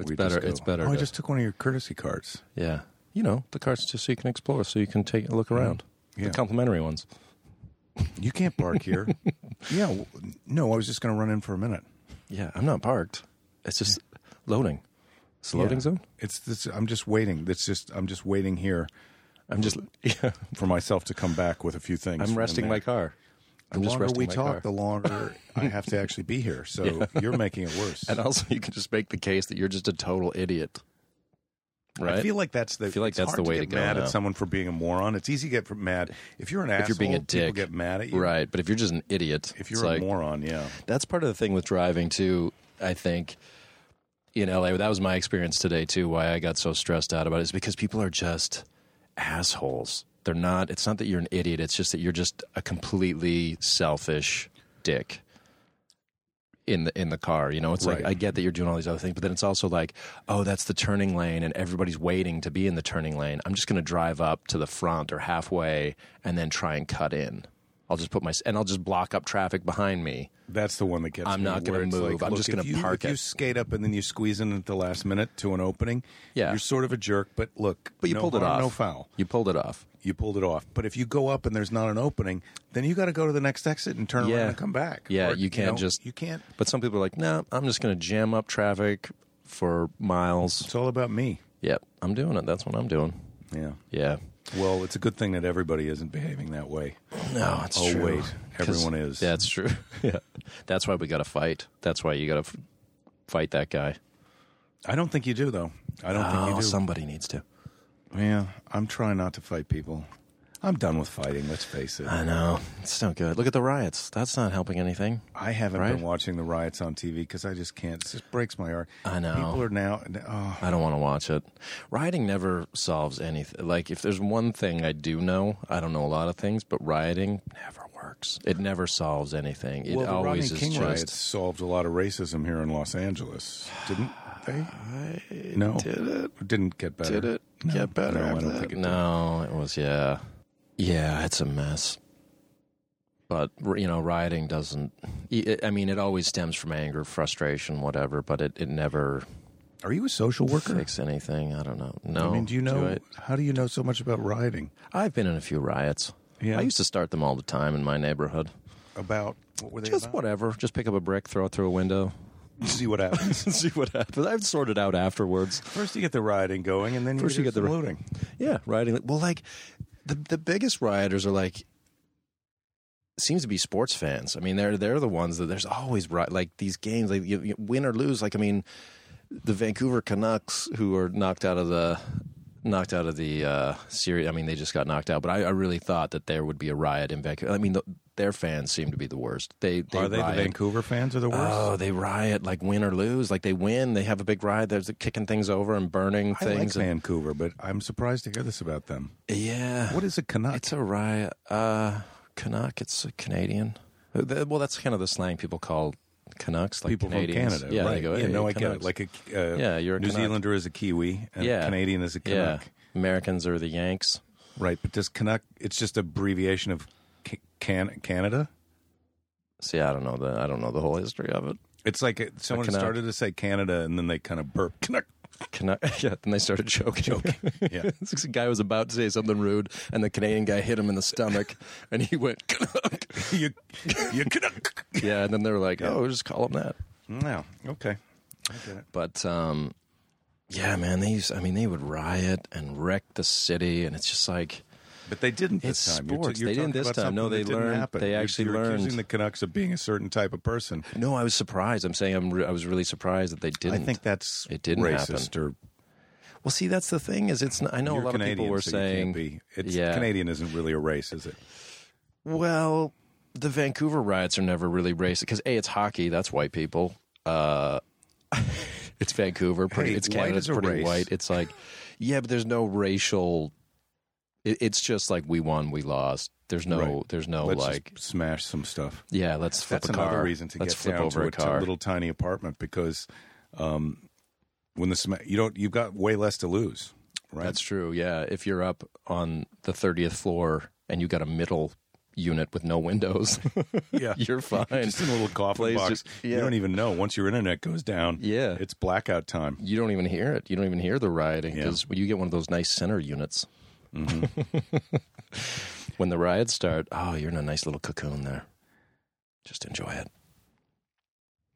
S2: It's
S3: where you just
S2: better- it's better
S3: Oh, I
S2: to-
S3: just took one of your courtesy cards.
S2: Yeah. You know, the carts just so you can explore, so you can take a look around.
S3: Yeah.
S2: The complimentary ones.
S3: You can't park here.
S2: (laughs)
S3: yeah, w- no, I was just going to run in for a minute.
S2: Yeah, I'm not parked. It's just loading. It's a loading
S3: Yeah.
S2: zone.
S3: It's this. I'm just waiting. That's just. I'm just waiting here
S2: (laughs) I'm just yeah,
S3: for myself to come back with a few things.
S2: I'm
S3: from
S2: resting
S3: there.
S2: my car.
S3: The
S2: I'm just
S3: longer
S2: resting
S3: we
S2: my
S3: talk,
S2: car.
S3: the longer I have to actually be here.
S2: (laughs)
S3: So you're making it worse.
S2: And also you can just make the case that you're just a total idiot. Right?
S3: I feel like that's the.
S2: I feel like
S3: it's
S2: that's
S3: hard
S2: the way
S3: to
S2: to
S3: get
S2: go
S3: mad
S2: now.
S3: at someone for being a moron. It's easy to get mad if you're an asshole.
S2: if you're being a
S3: people
S2: dick.
S3: get mad at you.
S2: Right. But if you're just an idiot,
S3: If
S2: it's
S3: you're a
S2: like,
S3: moron, yeah.
S2: that's part of the thing with driving too. I think in LA, that was my experience today too. Why I got so stressed out about it is because people are just assholes. They're not. It's not that you're an idiot. It's just that you're just a completely selfish dick in the in the car. You know, it's like
S3: Right.
S2: I get that you're doing all these other things, but then it's also like, oh, that's the turning lane, and everybody's waiting to be in the turning lane. I'm just going to drive up to the front or halfway, and then try and cut in. I'll just put my and I'll just block up traffic behind me.
S3: That's the one that gets.
S2: I'm
S3: me,
S2: not gonna
S3: where it's
S2: move.
S3: Like,
S2: I'm
S3: look,
S2: just gonna
S3: if you-
S2: park
S3: If you
S2: it.
S3: skate up and then you squeeze in at the last minute to an opening,
S2: Yeah.
S3: you're sort of a jerk. But look,
S2: But you
S3: no
S2: pulled it
S3: harm,
S2: off.
S3: No foul.
S2: You pulled it off.
S3: You pulled it off. But if you go up and there's not an opening, then you got to go to the next exit and turn around
S2: Yeah.
S3: and come back.
S2: Yeah,
S3: Or,
S2: you can't
S3: know,
S2: just-
S3: You can't.
S2: But some people are like, no, I'm just going to jam up traffic for miles.
S3: It's all about me.
S2: Yep, I'm doing it. That's what I'm doing.
S3: Yeah.
S2: Yeah.
S3: Well, it's a good thing that everybody isn't behaving that way.
S2: No, it's
S3: Oh,
S2: true.
S3: wait.
S2: 'Cause-
S3: Everyone is.
S2: That's true. (laughs) yeah. That's why we got to fight. That's why you got to f- fight that guy.
S3: I don't think you do, though. I don't think you
S2: Oh,
S3: do.
S2: somebody needs to.
S3: yeah, I'm trying not to fight people. I'm done with fighting. Let's face it.
S2: I know. It's no good. Look at the riots. That's not helping anything.
S3: I haven't
S2: Right?
S3: been watching the riots on TV because I just can't. It just breaks my heart.
S2: I know.
S3: People are now. Oh,
S2: I don't want to watch it. Rioting never solves anything. Like, if there's one thing I do know, I don't know a lot of things, but rioting never works. It never solves anything. It
S3: well, the Rodney
S2: always is
S3: King
S2: just.
S3: riots solved a lot of racism here in Los Angeles, didn't they? no, did it didn't get better. Did it get better? No, I don't think it did.
S2: No, it was yeah, yeah. It's a mess. But you know, rioting doesn't. I mean, it always stems from anger, frustration, whatever. But it, it never
S3: Are you a social worker?
S2: fixes anything. I don't know. No.
S3: I mean, do you know?
S2: it?
S3: how do you know so much about rioting?
S2: I've been in a few riots.
S3: Yeah.
S2: I used to start them all the time in my neighborhood.
S3: About what were they?
S2: Just
S3: about?
S2: whatever. Just pick up a brick, throw it through a window,
S3: (laughs) See what happens.
S2: and (laughs) see what happens. I'd sort it out afterwards.
S3: First, you get the rioting going, and then
S2: First you
S3: you get
S2: get
S3: the
S2: the-
S3: looting.
S2: Yeah, rioting. Well, like the the biggest rioters are like seems to be sports fans. I mean, they're they're the ones that there's always ri like these games like you, you win or lose. Like I mean, the Vancouver Canucks who are knocked out of the knocked out of the uh, series. I mean, they just got knocked out. But I, I really thought that there would be a riot in Vancouver. I mean, the, their fans seem to be the worst. They, they
S3: Are they
S2: riot.
S3: the Vancouver fans are the worst?
S2: Oh, they riot like win or lose. Like they win, they have a big riot. They're kicking things over and burning
S3: I like
S2: things. and-
S3: Vancouver, but I'm surprised to hear this about them.
S2: yeah.
S3: What is a Canuck?
S2: It's a riot. Uh, Canuck. It's a Canadian. Uh, th- Well, that's kind of the slang people call Canucks, like
S3: People
S2: Canadians.
S3: from Canada,
S2: Yeah,
S3: right?
S2: they go,
S3: yeah,
S2: "Hey,
S3: no, I get it.
S2: Canucks."
S3: Like a uh,
S2: Yeah, you're a
S3: New
S2: Canuck.
S3: Zealander is a Kiwi, and
S2: Yeah.
S3: Canadian is a
S2: yeah,
S3: Canuck.
S2: Americans are the Yanks.
S3: Right, but does Canuck? It's just abbreviation of Ca- Can- Canada.
S2: See, I don't know the I don't know the whole history of it.
S3: It's like it, someone
S2: Canuck.
S3: started to say Canada and then they kind of burped Canuck. (laughs)
S2: Canuck, (laughs) yeah, then they started joking. (laughs)
S3: Yeah.
S2: this guy was about to say something rude, and the Canadian guy hit him in the stomach, (laughs) and he went Canuck.
S3: you, you Canuck.
S2: Yeah, and then they were like, "Oh, just call him that."
S3: No, okay.
S2: But um, yeah, man, they used, I mean, they would riot and wreck the city, and it's just like
S3: But they didn't this
S2: It's
S3: time. You're
S2: sports.
S3: you're
S2: They didn't
S3: talking
S2: this
S3: about
S2: time. No,
S3: something
S2: they
S3: that didn't
S2: learned.
S3: happen.
S2: They
S3: You're-
S2: actually
S3: you're
S2: learned.
S3: accusing the Canucks of being a certain type of person.
S2: no, I was surprised. I'm saying I'm re- I was really surprised that they didn't.
S3: I think that's
S2: It didn't
S3: racist or
S2: well, see, that's the thing is, it's not, I know
S3: you're
S2: a lot
S3: Canadian,
S2: of people were
S3: so
S2: saying
S3: you can't be. It's,
S2: Yeah.
S3: Canadian isn't really a race, is it?
S2: Well, the Vancouver riots are never really racist because a it's hockey. That's white people. Uh, (laughs) it's Vancouver. Pretty.
S3: Hey,
S2: it's
S3: white
S2: Canada.
S3: is
S2: It's
S3: a
S2: pretty
S3: race.
S2: white. It's like, yeah, but there's no racial. It, it's just like we won, we lost. There's no.
S3: Right.
S2: There's no
S3: Let's just
S2: Oh, like.
S3: smash some stuff.
S2: Yeah, let's flip
S3: That's
S2: a car.
S3: another reason to
S2: let's
S3: get
S2: flip
S3: down
S2: over
S3: to
S2: a car.
S3: t- little tiny apartment because um, when the sma- you don't you've got way less to lose, right?
S2: That's true. Yeah, if you're up on the thirtieth floor and you got a middle unit with no windows,
S3: (laughs) (laughs) yeah.
S2: (laughs) you're fine.
S3: Just in a little coffin
S2: Place
S3: box.
S2: just-
S3: You
S2: yeah.
S3: don't even know. Once your internet goes down,
S2: Yeah.
S3: (laughs) it's blackout time.
S2: you don't even hear it. You don't even hear the rioting
S3: Yeah.
S2: because you get one of those nice center units.
S3: Mm-hmm.
S2: (laughs) when the riots start, oh, you're in a nice little cocoon there. Just enjoy it.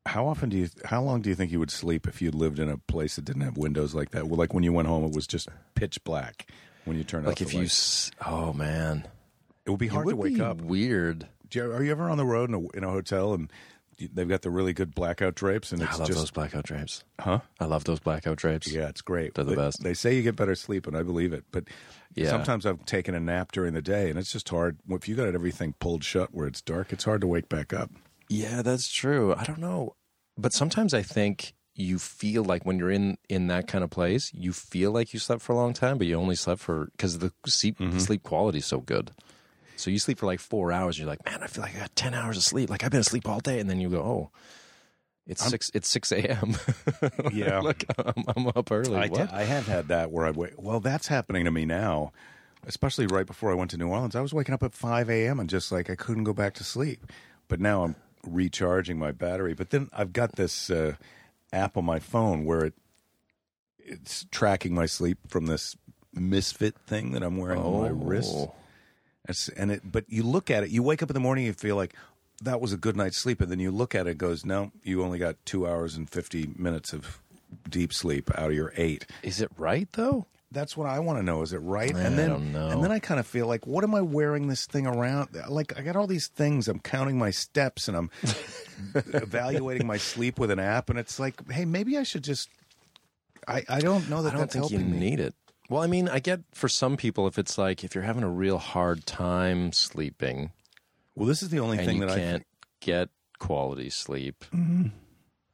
S3: How often do you? How long do you think you would sleep if you lived in a place that didn't have windows like that? Well, like when you went home, it was just pitch black when you turned off
S2: Like
S3: the
S2: if you,
S3: lights.
S2: s- oh man,
S3: It would be hard
S2: It
S3: to
S2: would
S3: wake
S2: be
S3: up.
S2: Weird.
S3: Do you, are you ever on the road in a, in a hotel and you- they've got the really good blackout drapes and
S2: I
S3: it's
S2: love
S3: just
S2: those blackout drapes.
S3: huh?
S2: I love those blackout drapes.
S3: Yeah, it's great.
S2: They're the
S3: they,
S2: best.
S3: They say you get better sleep, and I believe it. But
S2: Yeah.
S3: sometimes I've taken a nap during the day, and it's just hard. If you got everything pulled shut where it's dark, it's hard to wake back up.
S2: Yeah, that's true. I don't know, but sometimes I think you feel like when you're in in that kind of place, you feel like you slept for a long time, but you only slept for because the sleep
S3: Mm-hmm.
S2: sleep quality is so good. So you sleep for like four hours, and you're like, man, I feel like I got ten hours of sleep. Like I've been asleep all day, and then you go, oh. It's six. It's six (laughs) a.m.
S3: Yeah.
S2: like I'm, I'm up early.
S3: I,
S2: what?
S3: I have had that where I wait. Well, that's happening to me now, especially right before I went to New Orleans. I was waking up at 5 a.m. and just like I couldn't go back to sleep. But now I'm recharging my battery. But then I've got this uh, app on my phone where it it's tracking my sleep from this misfit thing that I'm wearing on my wrist.
S2: Oh.
S3: It's, and it, but you look at it, you wake up in the morning, you feel like that was a good night's sleep, and then you look at it, and goes, no, you only got two hours and fifty minutes of deep sleep out of your eight.
S2: Is it right though?
S3: That's what I want to know. Is it right?
S2: I
S3: and then,
S2: don't know.
S3: and then I kind of feel like, what am I wearing this thing around? Like I got all these things. I'm counting my steps, and I'm (laughs) evaluating my sleep with an app, and it's like, hey, maybe I should just. I, I don't know that
S2: I don't
S3: that's
S2: think you
S3: helping me.
S2: need it. Well, I mean, I get for some people if it's like if you're having a real hard time sleeping,
S3: Well, this is the only
S2: and
S3: thing
S2: you
S3: that I
S2: can't get quality sleep.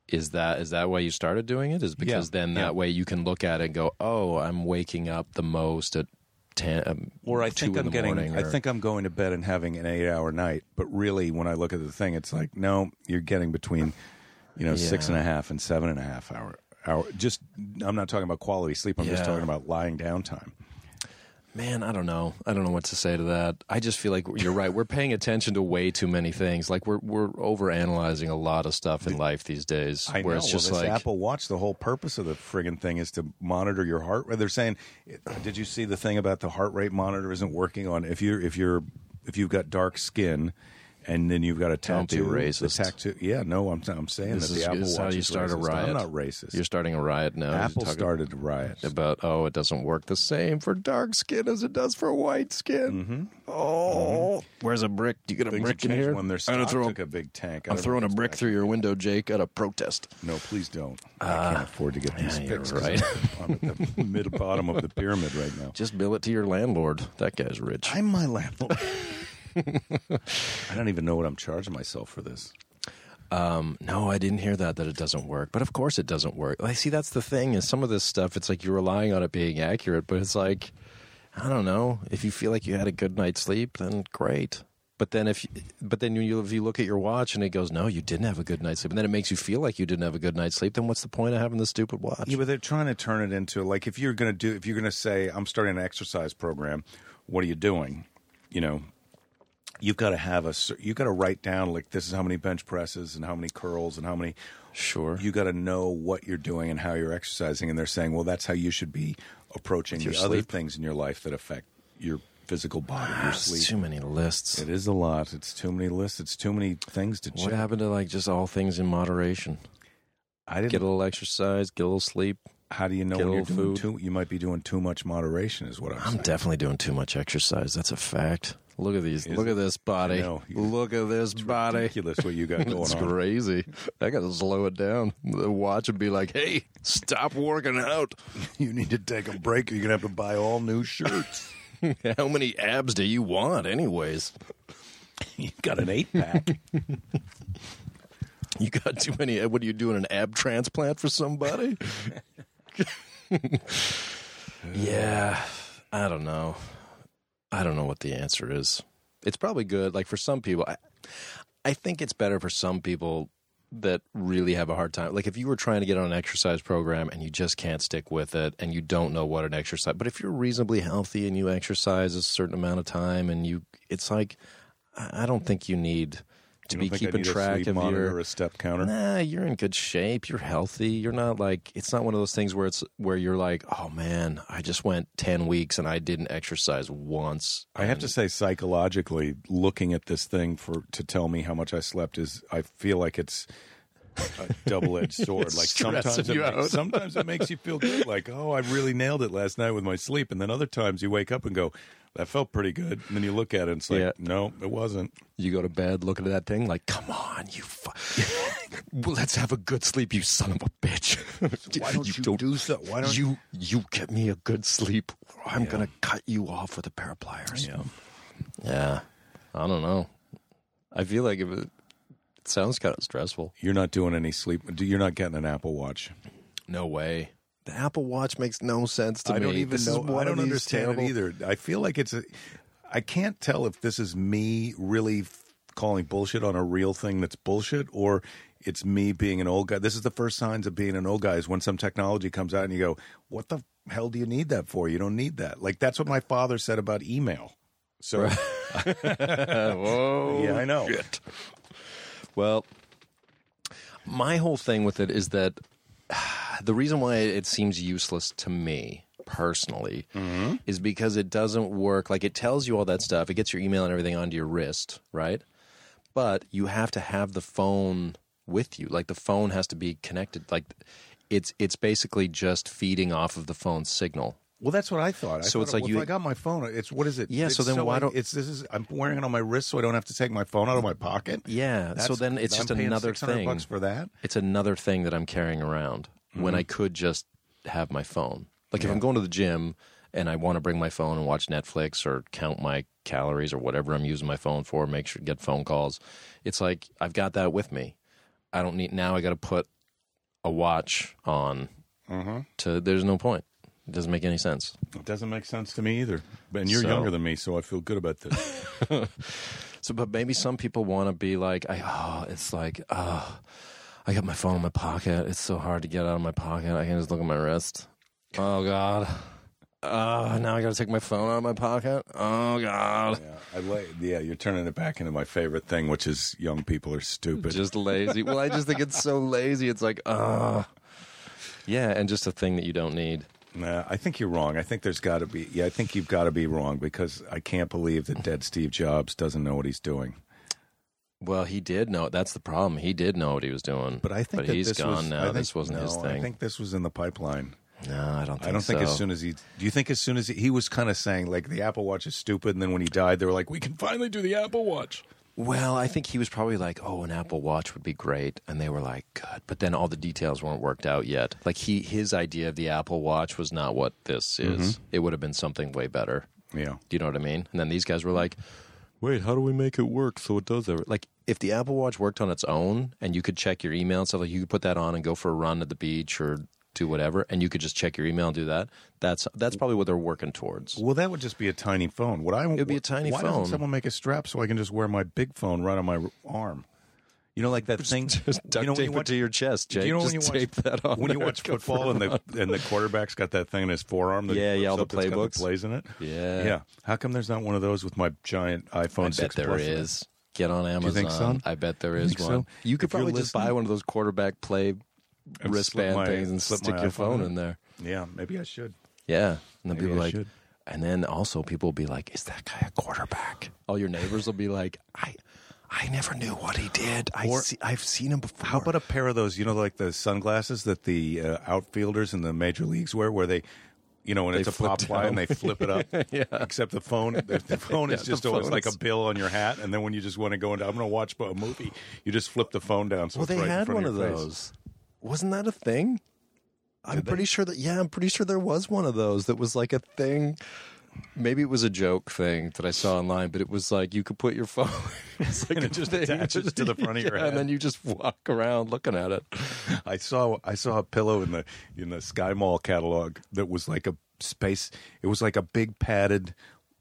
S2: Is that is that why you started doing it? Is because
S3: Yeah,
S2: then that
S3: yeah.
S2: way you can look at it and go, oh, I'm waking up the most at ten. Um,
S3: or I
S2: two
S3: think
S2: in
S3: I'm
S2: the
S3: getting
S2: morning,
S3: I
S2: or-
S3: think I'm going to bed and having an 8-hour night, but really when I look at the thing it's like no, you're getting between you know six
S2: Yeah.
S3: and a half and seven and a half hour hour just I'm not talking about quality sleep, I'm just
S2: Yeah.
S3: talking about lying down time.
S2: Man, I don't know. I don't know what to say to that. I just feel like you're right. We're paying attention to way too many things. Like we're we're overanalyzing a lot of stuff in life these days.
S3: I
S2: where
S3: know.
S2: it's just
S3: well, this
S2: like
S3: Apple Watch, the whole purpose of the friggin' thing is to monitor your heart. rate. They're saying, did you see the thing about the heart rate monitor isn't working on if you're if you're if you've got dark skin and then you've got a
S2: Don't be
S3: tattoo.
S2: racist.
S3: The tattoo. Yeah, no, I'm I'm saying
S2: This
S3: that
S2: is-
S3: the Apple
S2: this is how
S3: Watch
S2: you
S3: is
S2: start a
S3: racist.
S2: riot.
S3: I'm not racist.
S2: you're starting a riot now.
S3: Apple
S2: Talking-
S3: started a riot.
S2: about oh it doesn't work the same for dark skin as it does for white skin oh where's a brick do you get a
S3: Things
S2: brick in
S3: change
S2: here
S3: when their
S2: i'm,
S3: stock
S2: gonna throw,
S3: took a big tank. I
S2: I'm
S3: don't
S2: throwing
S3: know
S2: a
S3: what's
S2: brick
S3: back.
S2: through your window jake at a protest
S3: No, please don't. I can't afford to get these
S2: yeah, you're
S3: fixed 'cause
S2: right.
S3: I'm at the- I'm at the mid bottom of the pyramid right now.
S2: (laughs) just bill it to your landlord that guy's rich
S3: I'm my landlord. (laughs) I don't even know what I'm charging myself for this.
S2: um, no i didn't hear that that it doesn't work but of course it doesn't work i see that's the thing is some of this stuff it's like you're relying on it being accurate but it's like i don't know if you feel like you had a good night's sleep then great But then if but then you if you look at your watch and it goes, no, you didn't have a good night's sleep, and then it makes you feel like you didn't have a good night's sleep. Then what's the point of having the stupid watch?
S3: Yeah, but they're trying to turn it into like if you're going to do if you're going to say I'm starting an exercise program, what are you doing? You know, you've got to have a cer- you've got to write down like this is how many bench presses and how many curls and how many.
S2: Sure.
S3: You got to know what you're doing and how you're exercising, and they're saying, well, that's how you should be approaching the
S2: your
S3: other
S2: sleep. Ah,
S3: things in your life that affect your physical body, your
S2: It's
S3: sleep.
S2: too many lists.
S3: It is a lot. It's too many lists. It's too many things to
S2: What
S3: check.
S2: happened to like just all things in moderation?
S3: I didn't
S2: Get a little exercise, get a little sleep.
S3: How do you know
S2: Get
S3: when
S2: a
S3: you're
S2: little
S3: doing
S2: food.
S3: too? You might be doing too much moderation, is what I'm.
S2: I'm
S3: saying.
S2: definitely doing too much exercise. That's a fact. Look at these. Look at this body.
S3: know.
S2: Look at this body. (laughs)
S3: ridiculous what you got going
S2: It's
S3: on.
S2: crazy. I got to slow it down. The watch would be like, "Hey, stop working
S3: (laughs)
S2: out.
S3: You need to take a break. or You're gonna have to buy all new shirts.
S2: How many abs do you want, anyways?
S3: you got an eight pack.
S2: You got too many. uh, What are you doing? An ab transplant for somebody? yeah, I don't know. I don't know what the answer is. It's probably good. Like for some people, I, I think it's better for some people that really have a hard time. Like if you were trying to get on an exercise program and you just can't stick with it and you don't know what an exercise, but if you're reasonably healthy and you exercise a certain amount of time and you, it's like, I I don't think you need to be keeping track of your
S3: or a step counter.
S2: Nah, you're in good shape. You're healthy. You're not like it's not one of those things where it's where you're like, oh man, I just went ten weeks and I didn't exercise once.
S3: I have to say, psychologically, looking at this thing for to tell me how much I slept is. I feel like it's a
S2: (laughs)
S3: double-edged sword. like
S2: stressing
S3: sometimes, it
S2: you out.
S3: makes, sometimes it makes you feel good. Like, oh, I really nailed it last night with my sleep. And then other times you wake up and go, that felt pretty good. And then you look at it and it's like,
S2: Yeah.
S3: no, it wasn't.
S2: You go to bed looking at that thing like, come on, you. (laughs) Fu- well, let's have a good sleep, you son of a bitch.
S3: Why don't (laughs) you, do so? Why don't
S2: you you get me a good sleep? Or I'm gonna cut you off with a pair of pliers.
S3: Yeah.
S2: Yeah, I don't know. I feel like if it, it sounds kind of stressful.
S3: You're not doing any sleep. You're not getting an Apple Watch.
S2: No way. The Apple Watch makes no sense to
S3: I
S2: me.
S3: don't even
S2: This is
S3: know.
S2: one
S3: I
S2: of
S3: don't
S2: these
S3: understand
S2: terrible-
S3: it either. I feel like it's a. I can't tell if this is me really f- calling bullshit on a real thing that's bullshit, or it's me being an old guy. This is the first signs of being an old guy is when some technology comes out and you go, "What the hell do you need that for? You don't need that." Like that's what my father said about email. So
S2: Whoa.
S3: (laughs) yeah, I know.
S2: Well, my whole thing with it is that (sighs) the reason why it seems useless to me personally
S3: Mm-hmm.
S2: is because it doesn't work. Like it tells you all that stuff, it gets your email and everything onto your wrist, right? But you have to have the phone with you. Like the phone has to be connected. Like it's it's basically just feeding off of the phone's signal.
S3: Well, that's what I thought. I
S2: So
S3: thought,
S2: it's like
S3: well,
S2: you-
S3: if I got my phone. It's what is it?
S2: Yeah,
S3: It's
S2: so then why
S3: I-
S2: don't-
S3: it's this is I'm wearing it on my wrist so I don't have to take my phone out of my pocket.
S2: Yeah. so
S3: That's-
S2: then it's
S3: I'm
S2: just
S3: paying
S2: another
S3: 600
S2: thing.
S3: bucks for that.
S2: it's another thing that I'm carrying around when I could just have my phone. Like if I'm going to the gym and I want to bring my phone and watch Netflix or count my calories or whatever I'm using my phone for, make sure get phone calls. It's like I've got that with me. I don't need now. I got to put a watch on. To there's no point. It doesn't make any sense.
S3: It doesn't make sense to me either. And you're
S2: So-
S3: younger than me, so I feel good about this.
S2: So, but maybe some people want to be like, I, oh, it's like, oh, I got my phone in my pocket. It's so hard to get out of my pocket. I can just look at my wrist. Oh God. Oh, now I got to take my phone out of my pocket. Oh God.
S3: (laughs) yeah, I like. Yeah, you're turning it back into my favorite thing, which is young people are stupid.
S2: Just lazy. well, I just think it's so lazy. It's like, oh, yeah, and just a thing that you don't need.
S3: Nah, I think you're wrong. I think there's got to be. Yeah, I think you've got to be wrong because I can't believe that dead Steve Jobs doesn't know what he's doing.
S2: Well, he did know. That's the problem. He did know what he was doing.
S3: But I think
S2: but
S3: that
S2: he's
S3: this
S2: gone
S3: was, I
S2: now.
S3: think-
S2: this wasn't his
S3: no,
S2: thing.
S3: I think this was in the pipeline.
S2: no, I don't. Think
S3: I don't think
S2: so.
S3: as soon as he. Do you think as soon as he, he was kind of saying like the Apple Watch is stupid, and then when he died, they were like, we can finally do the Apple Watch.
S2: Well, I think he was probably like, "Oh, an Apple Watch would be great," and they were like, "Good," but then all the details weren't worked out yet. Like he, his idea of the Apple Watch was not what this is.
S3: Mm-hmm.
S2: It would have been something way better.
S3: Yeah.
S2: Do you know what I mean? And then these guys were like, "Wait, how do we make it work so it does everything?" Like if the Apple Watch worked on its own and you could check your email and stuff, like you could put that on and go for a run at the beach or do whatever, and you could just check your email and do that. That's that's probably what they're working towards.
S3: Well, that would just be a tiny phone. What I
S2: It'd be a tiny
S3: why doesn't
S2: phone.
S3: someone make a strap so I can just wear my big phone right on my r- arm? You know, like that
S2: (laughs)
S3: thing.
S2: Just duct
S3: you know, when
S2: tape
S3: you
S2: it
S3: watch-
S2: to your (laughs) chest, Jake.
S3: you know
S2: just
S3: when you watch-
S2: tape that on.
S3: when you
S2: there.
S3: watch football and the and the quarterback's got that thing in his forearm. That
S2: Yeah, yeah,
S3: flips
S2: all the
S3: up that's got
S2: playbooks.
S3: plays in it.
S2: Yeah.
S3: yeah. How come there's not one of those with my giant iPhone?
S2: I
S3: 6
S2: bet there
S3: Plus in it?
S2: is. Get on Amazon.
S3: you think so?
S2: I bet there
S3: You
S2: is
S3: think
S2: one.
S3: so?
S2: You could
S3: If you're
S2: probably just
S3: listening-
S2: buy one of those quarterback play
S3: slip
S2: wristband
S3: my-
S2: things and
S3: slip my
S2: stick your
S3: iPhone
S2: phone
S3: in.
S2: in there.
S3: Yeah, maybe I should.
S2: Yeah. And then
S3: Maybe
S2: people
S3: I
S2: like,
S3: should.
S2: and then also people will be like, is that guy a quarterback? All your neighbors will be like, I, I never knew what he did. I
S3: Or-
S2: see, I've seen him before.
S3: How about a pair of those, you know, like the sunglasses that the uh, outfielders in the major leagues wear, where they, you know, when it's a
S2: flip
S3: pop fly
S2: down.
S3: and they
S2: (laughs)
S3: flip it up. Except the phone, the, the phone is
S2: Yeah,
S3: just
S2: the
S3: always
S2: phone
S3: like
S2: is-
S3: a bill on your hat. And then when you just want to go into, I'm going to watch a movie, you just flip the phone down. So
S2: well,
S3: it's
S2: they
S3: right in
S2: had
S3: front
S2: one
S3: of
S2: of
S3: your face.
S2: those. Wasn't that a thing? I'm pretty sure that, yeah, I'm pretty sure there was one of those that was like a thing. Maybe it was a joke thing that I saw online, but it was like you could put your (laughs) phone. It's like a
S3: And it just
S2: thing.
S3: attaches to the front of
S2: (laughs)
S3: your
S2: Yeah,
S3: head.
S2: and then you just walk around looking at it.
S3: I saw I saw a pillow in the in the Sky Mall catalog that was like a space. It was like a big padded,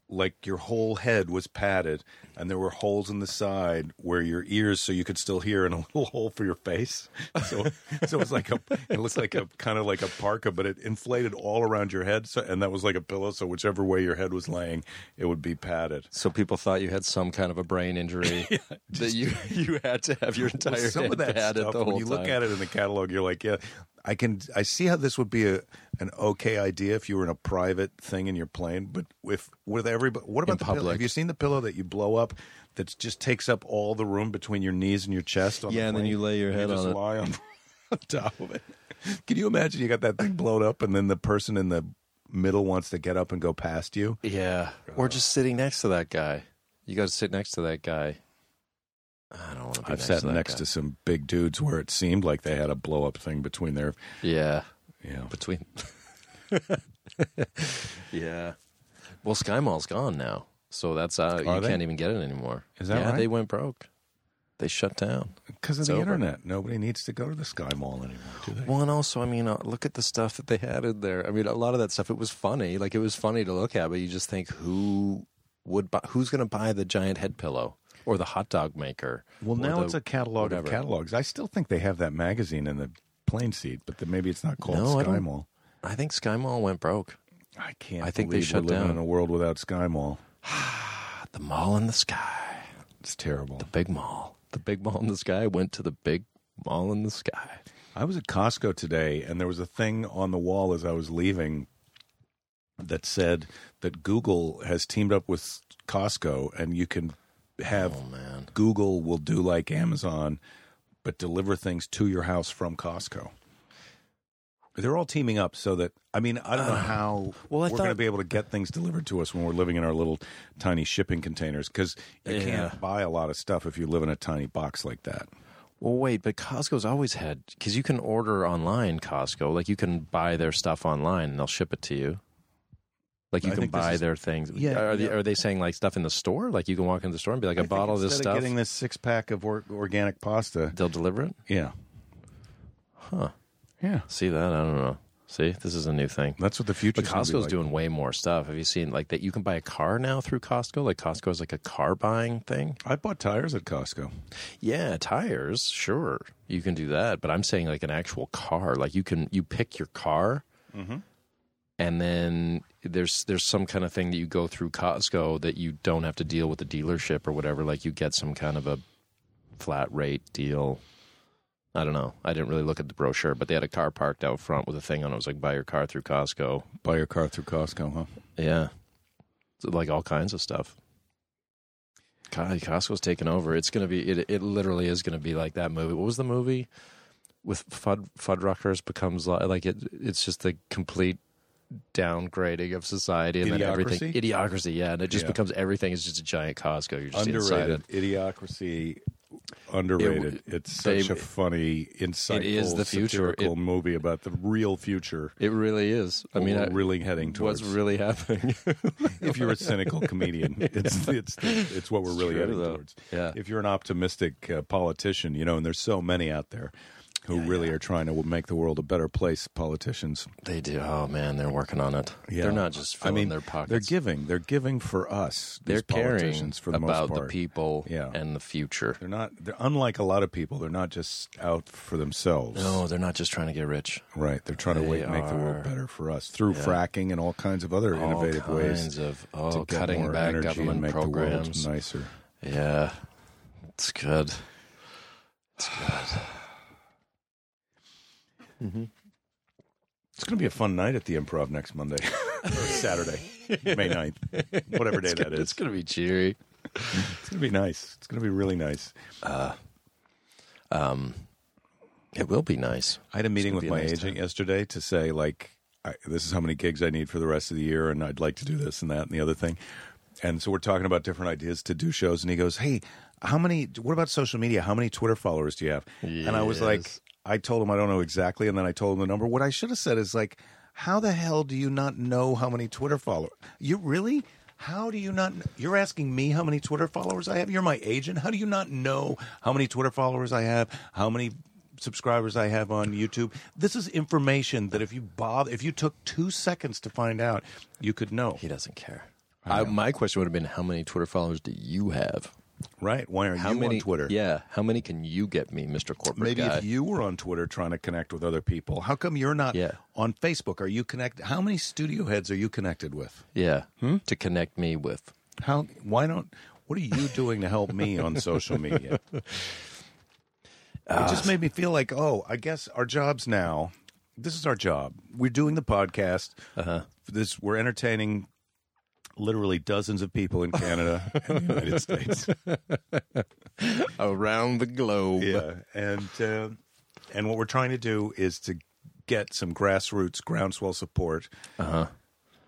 S3: like your whole head was padded, and there were holes in the side where your ears, so you could still hear, and a (laughs) little hole for your face. So so it was like a it looked like a kind of like a parka, but it inflated all around your head. So and that was like a pillow. So whichever way your head was laying, it would be padded.
S2: So people thought you had some kind of a brain (laughs) injury that you you had to have your entire
S3: Well, some
S2: head
S3: of that
S2: padded
S3: stuff,
S2: the whole
S3: when you look
S2: time.
S3: at it in the catalog, you're like, yeah, I can. I see how this would be a an okay idea if you were in a private thing in your plane, but if with everybody, what about
S2: In
S3: the pillow?
S2: public.
S3: Have you seen the pillow that you blow up that just takes up all the room between your knees and your chest? On
S2: Yeah,
S3: the
S2: and then
S3: plane?
S2: you lay your
S3: And
S2: head
S3: just
S2: on it.
S3: lie on, (laughs) on top of it. Can you imagine? You got that thing blown up, and then the person in the middle wants to get up and go past you.
S2: yeah, or just sitting next to that guy. You got to sit next to that guy. I don't want to be
S3: I've
S2: next
S3: sat
S2: to that
S3: next
S2: guy.
S3: to some big dudes where it seemed like they had a blow up thing between their
S2: yeah
S3: yeah.
S2: between. (laughs) yeah, well, Sky Mall's gone now, so that's uh,
S3: Are
S2: you
S3: they?
S2: can't even get it anymore.
S3: Is that
S2: yeah,
S3: right?
S2: They went broke. They shut down.
S3: Because of
S2: It's
S3: the
S2: over.
S3: internet, nobody needs to go to the Sky Mall anymore, do they?
S2: Well, and also, I mean, uh, look at the stuff that they had in there. I mean, a lot of that stuff. It was funny, like it was funny to look at, but you just think who would buy, who's going to buy the giant head pillow or the hot dog maker?
S3: Well,
S2: or
S3: now
S2: the-
S3: it's a catalog
S2: whatever.
S3: of catalogs. I still think they have that magazine in the plane seat, but then maybe it's not called
S2: No, I
S3: Sky
S2: don't-
S3: Mall.
S2: I think Sky Mall went broke.
S3: I can't.
S2: I think they
S3: believe
S2: shut
S3: we're living
S2: down.
S3: in a world without Sky Mall.
S2: The mall in the sky,
S3: It's terrible.
S2: big mall, the big mall in the sky went to the big mall in the sky.
S3: I was at Costco today, and there was a thing on the wall as I was leaving that said that Google has teamed up with Costco, and you can have
S2: Oh man,
S3: Google will do like Amazon, but deliver things to your house from Costco. They're all teaming up so that I mean I don't know how
S2: well, I
S3: we're going to
S2: thought-
S3: be able to get things delivered to us when we're living in our little tiny shipping containers because you
S2: Yeah.
S3: can't buy a lot of stuff if you live in a tiny box like that.
S2: Well, wait, but Costco's always had because you can order online Costco. Like you can buy their stuff online and they'll ship it to you. Like you
S3: I
S2: can
S3: think this
S2: buy
S3: is-
S2: their things.
S3: Yeah,
S2: are, They,
S3: yeah.
S2: are they saying like stuff in the store? Like you can walk into the store and be like, I, bought all this
S3: Instead of
S2: stuff.
S3: getting this six pack of or- organic pasta.
S2: They'll deliver it.
S3: Yeah.
S2: Huh.
S3: Yeah.
S2: See that? I don't know. See, this is a new thing.
S3: That's what the future.
S2: But Costco's doing way more stuff. Have you seen like that? You can buy a car now through Costco. Like Costco is like a car buying thing.
S3: I bought tires at Costco.
S2: Yeah, tires, sure. You can do that, but I'm saying like an actual car. Like you can you pick your car. And then there's there's some kind of thing that you go through Costco that you don't have to deal with the dealership or whatever. Like you get some kind of a flat rate deal. I don't know. I didn't really look at the brochure, but they had a car parked out front with a thing on it. It was like buy your car through Costco.
S3: Buy your car through Costco, huh?
S2: Yeah. So, like all kinds of stuff. God, Costco's taken over. It's going to be, it, it literally is going to be like that movie. What was the movie with Fud, Fuddruckers becomes li- like, it, it's just the complete downgrading of society and then everything. Idiocracy. Yeah. And it just
S3: Yeah.
S2: becomes everything is just a giant Costco. You're just inside it.
S3: underrated idiocracy underrated it's such
S2: they-
S3: a funny insightful
S2: is the future.
S3: satirical
S2: It-
S3: movie about the real future
S2: It really is. I mean,
S3: we're
S2: I,
S3: really heading towards
S2: what's really happening? (laughs)
S3: if you're a cynical comedian it's it's it's what we're really
S2: true,
S3: heading
S2: though.
S3: towards
S2: Yeah.
S3: if you're an optimistic uh, politician you know and there's so many out there who really are trying to make the world a better place, politicians.
S2: They do. Oh man, they're working on it.
S3: Yeah.
S2: They're not just
S3: I
S2: filling
S3: mean,
S2: their pockets.
S3: They're giving. They're giving for us.
S2: They're
S3: these
S2: caring
S3: politicians, for the
S2: about
S3: most
S2: the
S3: part.
S2: people
S3: Yeah.
S2: and the future.
S3: They're not. They're unlike a lot of people. They're not just out for themselves.
S2: No, they're not just trying to get rich.
S3: Right. They're trying to wait, make the
S2: are-
S3: world better for us through fracking and all kinds of other innovative
S2: All kinds
S3: ways
S2: of oh,
S3: to get
S2: cutting
S3: more
S2: back
S3: energy and
S2: government
S3: make
S2: programs.
S3: the world nicer.
S2: Yeah, it's good.
S3: It's going to be a fun night at the Improv
S2: (laughs)
S3: next Monday or Saturday, May 9th, whatever day that
S2: It's
S3: is.
S2: gonna be cheery.
S3: It's going to be nice. It's going to be really nice.
S2: It will be nice.
S3: I had a meeting with
S2: be a
S3: my
S2: nice
S3: agent yesterday to say like, I, this is how many gigs I need for the rest of the year, and I'd like to do this and that and the other thing. And so we're talking about different ideas to do shows, and he goes, "Hey, how many? What about social media? How many Twitter followers do you have?" And I was like,
S2: Yes.
S3: I told him I don't know exactly, and then I told him the number. What I should have said is like, "How the hell do you not know how many Twitter followers? You really?" How do you not? You're asking me how many Twitter followers I have. You're my agent. How do you not know how many Twitter followers I have? How many subscribers I have on YouTube. This is information that if you bother, if you took two seconds to find out, you could know.
S2: He doesn't care. I, my question would have been, how many Twitter followers do you have?
S3: Right? Why aren't
S2: How
S3: you
S2: many
S3: on Twitter?
S2: Yeah, how many can you get me, Mister Corporate
S3: Maybe
S2: Guy?
S3: if you were on Twitter trying to connect with other people, how come you're not
S2: Yeah.
S3: on Facebook? Are you connected? How many studio heads are you connected with?
S2: yeah,
S3: Hmm?
S2: to connect me with.
S3: How? Why don't? What are you doing to help me on social media? It just made me feel like, oh, I guess our jobs now. This is our job. We're doing the podcast. Uh-huh. This we're entertaining literally dozens of people in (laughs) Canada and the United States.
S2: Around the globe.
S3: (laughs) Yeah, and uh, and what we're trying to do is to get some grassroots groundswell support,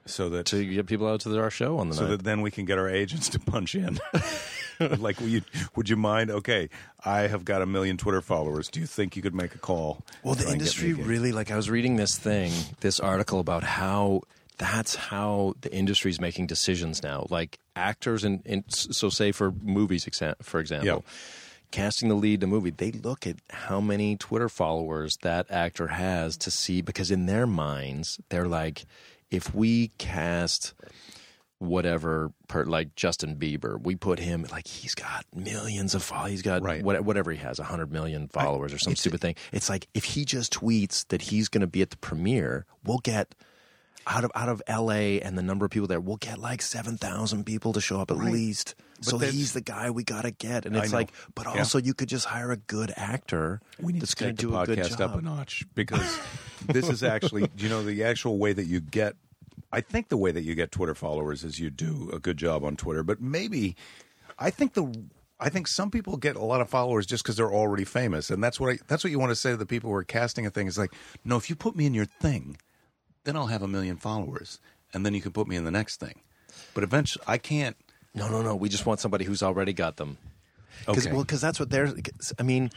S3: so that
S2: To get people out to our show on the
S3: so
S2: night.
S3: that then we can get our agents to punch in. (laughs) like, will you, would you mind? Okay, I have got a million Twitter followers. Do you think you could make a call?
S2: Well, the
S3: Try and get
S2: industry
S3: me a gig?
S2: really like I was reading this thing, this article about how that's how the industry's making decisions now. Like actors and, and so say for movies, exa- for example, casting the lead in a movie, they look at how many Twitter followers that actor has to see because in their minds they're like, if we cast whatever per like Justin Bieber, we put him like he's got millions of followers. He's got
S3: Right.
S2: what, whatever he has, hundred million followers or some stupid thing. It's like if he just tweets that he's going to be at the premiere, we'll get out of out of L.A. and the number of people there, we'll get like seven thousand people to show up at least. so
S3: that's-
S2: he's the guy we got to get, and it's
S3: know.
S2: like, but also you could just hire a good actor.
S3: we need
S2: that's
S3: to
S2: going
S3: take
S2: to do
S3: the
S2: a good
S3: podcast
S2: job.
S3: up a notch (laughs) because this is actually, you know, the actual way that you get. I think the way that you get Twitter followers is you do a good job on Twitter, but maybe I think the I think some people get a lot of followers just because they're already famous, and that's what I, that's what you want to say to the people who are casting a thing. Is like, no, if you put me in your thing, then I'll have a million followers, and then you can put me in the next thing. But eventually, I can't.
S2: No, no, no. We just want somebody who's already got them. Cause,
S3: Okay.
S2: Well, because that's what they're. 'cause, I mean,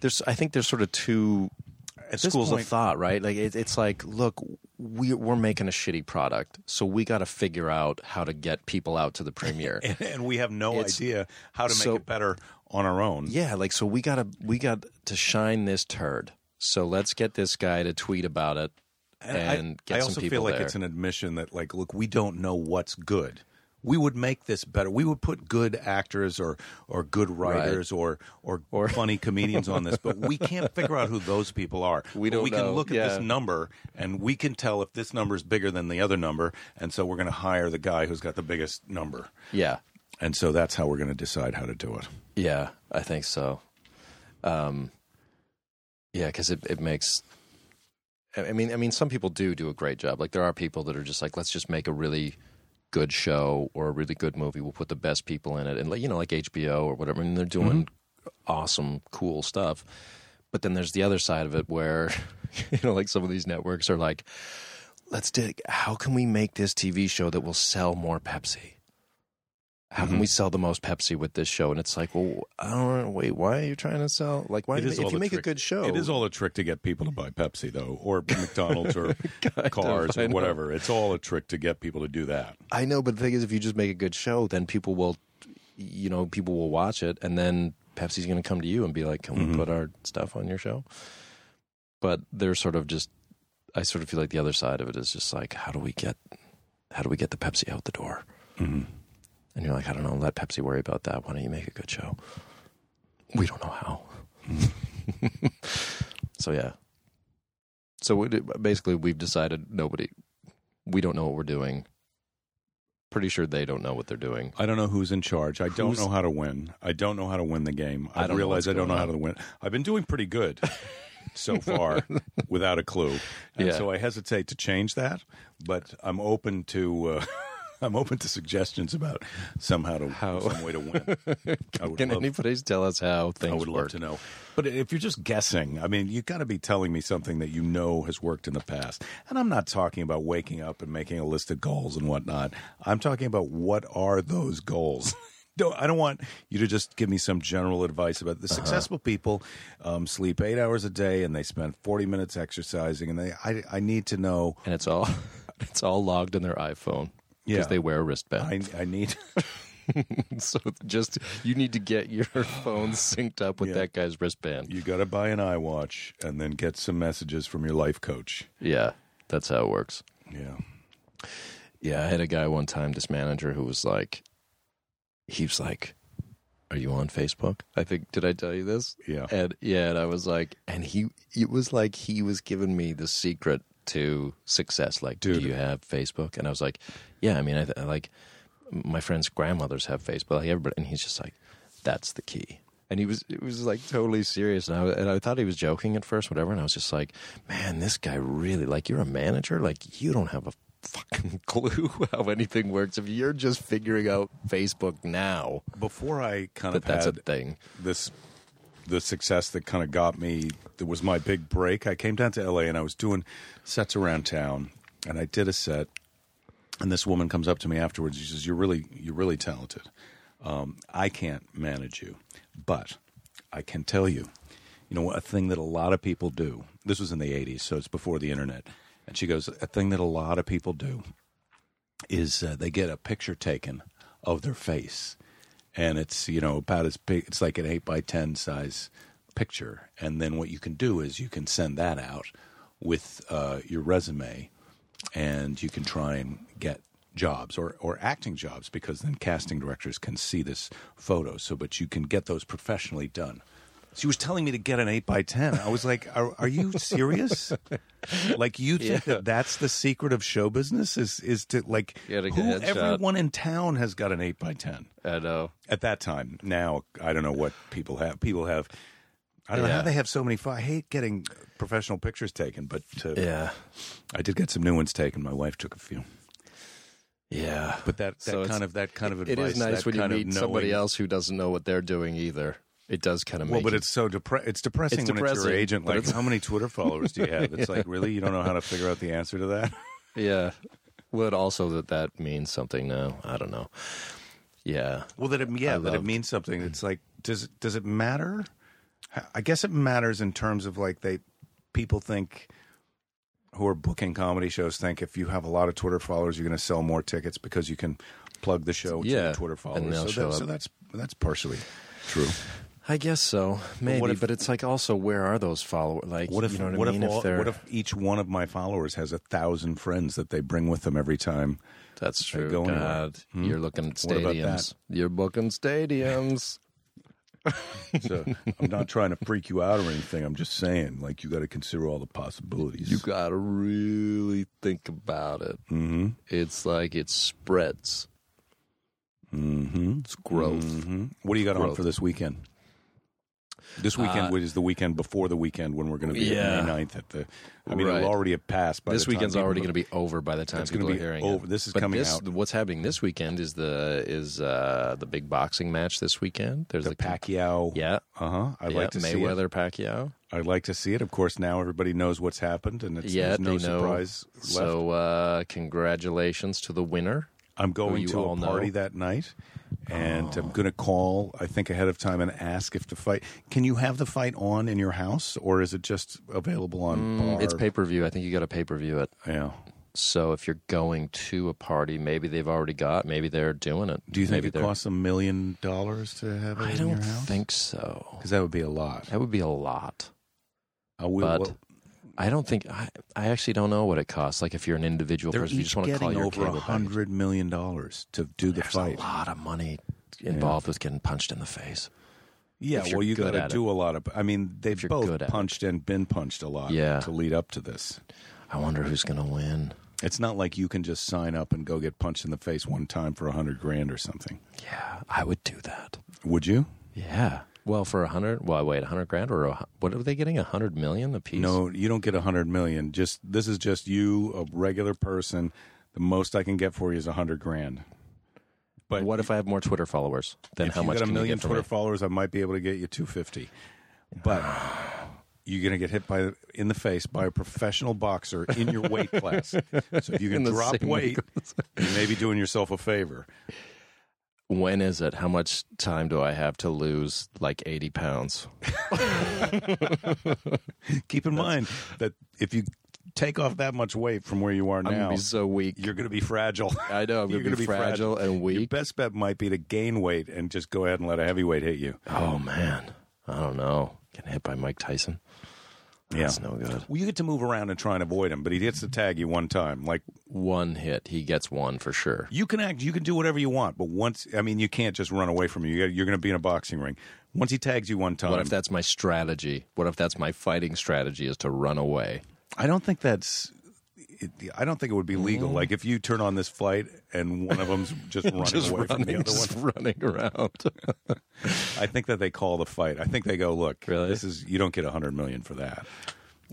S2: there's. I think there's sort of two
S3: At this
S2: schools
S3: point-
S2: of thought, right? Like it, it's like, look, we we're making a shitty product, so we got to figure out how to get people out to the (laughs) premiere.
S3: (laughs) And we have no
S2: It's-
S3: idea how to make
S2: so-
S3: it better on our own.
S2: yeah, like so we gotta we got to shine this turd. So let's get this guy to tweet about it and, get
S3: I
S2: some
S3: also
S2: people
S3: feel like
S2: there.
S3: it's an admission that like look we don't know what's good we would make this better we would put good actors or or good writers or,
S2: (laughs)
S3: or funny comedians on this but we can't figure out who those people are
S2: We
S3: But
S2: don't
S3: we
S2: know.
S3: can look at
S2: Yeah.
S3: this number and we can tell if this number is bigger than the other number and so we're going to hire the guy who's got the biggest number
S2: yeah,
S3: and so that's how we're going to decide how to do it
S2: yeah, I think so. Um, yeah, because it it makes. I I mean, I mean, some people do do a great job. Like there are people that are just like, let's just make a really good show or a really good movie. We'll put the best people in it, and like you know, like HBO or whatever. I mean, they're doing
S3: Mm-hmm.
S2: awesome, cool stuff. But then there's the other side of it where, (laughs) you know, like some of these networks are like, let's dig. How can we make this TV show that will sell more Pepsi? How can
S3: Mm-hmm.
S2: we sell the most Pepsi with this show? And it's like, well, I don't wait. Why are you trying to sell? Like, why?
S3: It is
S2: if
S3: all
S2: you
S3: a
S2: make
S3: trick.
S2: a good show,
S3: It is
S2: (laughs)
S3: all a trick to get people to buy Pepsi, though, or McDonald's, or cars,
S2: I
S3: or
S2: know.
S3: whatever. It's all a trick to get people to do that.
S2: I know, but the thing is, if you just make a good show, then people will, you know,
S3: Mm-hmm.
S2: people will watch it, and then Pepsi's going to come to you and be like, "Can we put our stuff on your show?" but they're sort of just I sort of feel like the other side of it is just like how do we get how do we get the Pepsi out the door?
S3: Mm-hmm.
S2: And you're like, I don't know, let Pepsi worry about that. Why don't you make a good show? We don't know how. (laughs) so yeah. So we did- basically, we've decided nobody. We don't know what we're doing. Pretty sure they don't know what they're doing.
S3: I don't know who's in charge. I don't
S2: Who's-
S3: know how to win. I don't know how to win the game. I,
S2: I don't know
S3: realize
S2: what's
S3: I don't know
S2: going on.
S3: how to win. I've been doing
S2: (laughs)
S3: pretty good so far without a clue. And
S2: Yeah.
S3: so I hesitate to change that, but I'm open to uh, (laughs) I'm open to suggestions about somehow to
S2: How-
S3: some way
S2: (laughs)
S3: to win. I would
S2: Can
S3: love
S2: anybody tell us how things
S3: I would love
S2: work?
S3: to know. But if you're just guessing, I mean, you got to be telling me something that you know has worked in the past. And I'm not talking about waking up and making a list of goals and whatnot. I'm talking about what are those goals? (laughs) Don't, I don't want you to just give me some general advice about the successful people um, sleep eight hours a day and they spend 40 minutes exercising. And they, I, I need to know,
S2: And it's all (laughs) it's all logged in their iPhone because
S3: Yeah.
S2: they wear a wristband.
S3: I, I need, (laughs)
S2: (laughs) so just you need to get your (laughs) phone synced up with
S3: Yeah.
S2: that guy's wristband.
S3: you got to buy an iWatch and then get some messages from your life coach.
S2: Yeah, that's how it works.
S3: Yeah.
S2: Yeah, I had a guy one time, this manager, who was like, he was like, "Are you on Facebook?" I think did I tell you this?
S3: Yeah.
S2: (laughs) and yeah, and I was like, and he, it was like he was giving me the secret to success. Like,
S3: Dude.
S2: do you have Facebook? And I was like, yeah. I mean, I, th- I like my friends' grandmothers have Facebook. Like everybody, and he's just like, that's the key. And he was, it was like totally serious, and I and I thought he was joking at first, whatever. And I was just like, man, this guy really like you're a manager, like you don't have a fucking (laughs) clue how anything works if you're just figuring out Facebook now.
S3: Before I kind
S2: That
S3: of
S2: that's a
S3: had
S2: thing.
S3: this the success that kind of got me that was my big break. I came down to LA and I was doing sets around town and I did a set and this woman comes up to me afterwards she says you're really you're really talented. Um, I can't manage you, but I can tell you, you know, a thing that a lot of people do. This was in the 80s, so it's before the internet. And she goes, a thing that a lot of people do is uh, they get a picture taken of their face, and it's you know about as big. It's like an eight by ten size picture, and then what you can do is you can send that out with uh, your resume, and you can try and get jobs or, or acting jobs because then casting directors can see this photo. So, but you can get those professionally done. She was telling me to get an eight by ten. I was like, "Are, are you serious? like, you think that that's the secret of show business? Is is to like
S2: You gotta get
S3: who,
S2: a headshot.
S3: everyone in town has got an eight by ten
S2: I know.
S3: at that time. Now I don't know what people have. People have. I don't know how
S2: Yeah.
S3: they have so many. pho- I hate getting professional pictures taken, but uh,
S2: Yeah.
S3: I did get some new ones taken. My wife took a few.
S2: Yeah.
S3: But that, that
S2: So it's-
S3: kind of that kind of
S2: it
S3: advice.
S2: is nice
S3: that
S2: when you
S3: kind of
S2: meet somebody
S3: knowing-
S2: else who doesn't know what they're doing either. It does kind of
S3: Well,
S2: make
S3: but
S2: you-
S3: it's so depre- it's depressing
S2: It's
S3: when it's your
S2: depressing,
S3: agent.
S2: but
S3: Like,
S2: it's-
S3: how many Twitter followers do you have? (laughs) It's like, really, you don't know how to figure out the answer to that.
S2: yeah. Would also that that means something now? I don't know. Yeah,
S3: (laughs) Well, that it yeah, that it
S2: loved-
S3: means something. It's like, does it- does it matter? I guess it matters in terms of like they people think who are booking comedy shows think if you have a lot of Twitter followers, you're going to sell more tickets because you can plug the show to
S2: Yeah,
S3: your Twitter
S2: and
S3: followers.
S2: they'll
S3: so,
S2: show
S3: that,
S2: up.
S3: so that's that's partially true.
S2: I guess so. Maybe,
S3: what if-
S2: but it's like also where are those followers? Like,
S3: What if
S2: you know what,
S3: what,
S2: I mean?
S3: if, all-
S2: if they're
S3: what if each one of my followers has a thousand friends that they bring with them every time?
S2: that's true.
S3: go anywhere?
S2: God, you're looking at
S3: Hmm? What about that?
S2: stadiums. You're booking
S3: (laughs)
S2: stadiums.
S3: So I'm not trying to freak you out or anything. I'm just saying, like, you got to consider all the possibilities.
S2: you gotta really think about it.
S3: mm-hmm.
S2: It's like it spreads.
S3: Mm-hmm.
S2: It's growth.
S3: What do you got on
S2: Growth. Uh,
S3: for this weekend? This weekend which is the weekend before the weekend when we're going to be
S2: Yeah.
S3: at May 9th at the. I mean,
S2: Right.
S3: it'll already have passed by
S2: this
S3: the time
S2: weekend's
S3: people-
S2: already going to be over by the time
S3: It's gonna
S2: people are
S3: be
S2: hearing
S3: over.
S2: it.
S3: This is
S2: But
S3: coming
S2: this-
S3: out.
S2: What's happening this weekend is the is uh, the big boxing match this weekend. There's
S3: the
S2: the
S3: Pacquiao.
S2: Yeah,
S3: Uh huh. I'd
S2: yeah,
S3: like to see it.
S2: Mayweather Pacquiao.
S3: I'd like to see it. Of course, now everybody knows what's happened, and it's
S2: yeah,
S3: there's no
S2: they know.
S3: surprise left.
S2: So uh, congratulations to the winner.
S3: I'm going
S2: you
S3: to a
S2: all know.
S3: party that night, and I'm going to call. I think ahead of time and ask if the fight. Can you have the fight on in your house, or is it just available on? bar?
S2: Mm. It's pay per view. I think you got to pay per view it.
S3: Yeah.
S2: So if you're going to a party, maybe they've already got. Maybe they're doing it.
S3: Do you think
S2: Maybe
S3: it
S2: they're-
S3: costs a million dollars to have it
S2: I
S3: in
S2: don't
S3: your house?
S2: think so.
S3: Because that would be a lot.
S2: That would be a lot.
S3: I will,
S2: but-
S3: well,
S2: I don't think I, I actually don't know what it costs. Like if you're an individual
S3: They're
S2: person, you
S3: each
S2: just want to call
S3: getting
S2: your
S3: over
S2: cable package.
S3: hundred million dollars to do the
S2: There's
S3: fight.
S2: a lot of money involved with getting punched in the face.
S3: Yeah,
S2: if you're
S3: well, you
S2: good
S3: got to
S2: at it.
S3: do a lot of. I mean, they've
S2: you're
S3: both
S2: good at it.
S3: punched and been punched a lot.
S2: Yeah.
S3: to lead up to this,
S2: I wonder who's going to win.
S3: it's not like you can just sign up and go get punched in the face one time for a hundred grand or something.
S2: Yeah, I would do that.
S3: Would you?
S2: Yeah. Well, for a hundred, well, wait, a hundred grand or a, hu- what are they getting? A hundred million a piece?
S3: No, you don't get a hundred million. Just this is just you, a regular person. The most I can get for you is a hundred grand. But
S2: What if I have more Twitter followers? Then
S3: if
S2: how
S3: you
S2: much
S3: got a
S2: can you
S3: million
S2: get for
S3: Twitter
S2: me?
S3: followers, I might be able to get you two fifty. But you're going to get hit by in the face by a professional boxer in your
S2: (laughs)
S3: weight class. So if you
S2: In
S3: can
S2: the
S3: drop
S2: same
S3: weight, you may be doing yourself a favor.
S2: when is it? How much time do I have to lose? Like eighty pounds?
S3: Keep in mind that if you take off that much weight from where you are
S2: I'm
S3: now,
S2: gonna be so weak.
S3: you're going to be fragile.
S2: (laughs) I know I'm
S3: You're
S2: gonna, be, fragile, and
S3: Your
S2: weak.
S3: best bet might be to gain weight and just go ahead and let a heavyweight hit you.
S2: Oh man, I don't know. Getting hit by Mike Tyson? That's no good.
S3: Well, you get to move around and try and avoid him, but he gets to tag you one time. Like
S2: One hit, he gets one for sure.
S3: you can act, you can do whatever you want, but once I mean, you can't just run away from him. You got- You're going to be in a boxing ring. Once he tags you one time,
S2: What if that's my strategy? What if that's my fighting strategy is to run away?
S3: I don't think that's. It, I don't think it would be
S2: Mm.
S3: legal. Like if you turn on this flight and one of them's
S2: (laughs)
S3: just running
S2: Just
S3: away from the
S2: running,
S3: other one,
S2: just running around. (laughs)
S3: I think that they call the fight. I think they go, look,
S2: Really?
S3: this is you don't get a hundred million for that,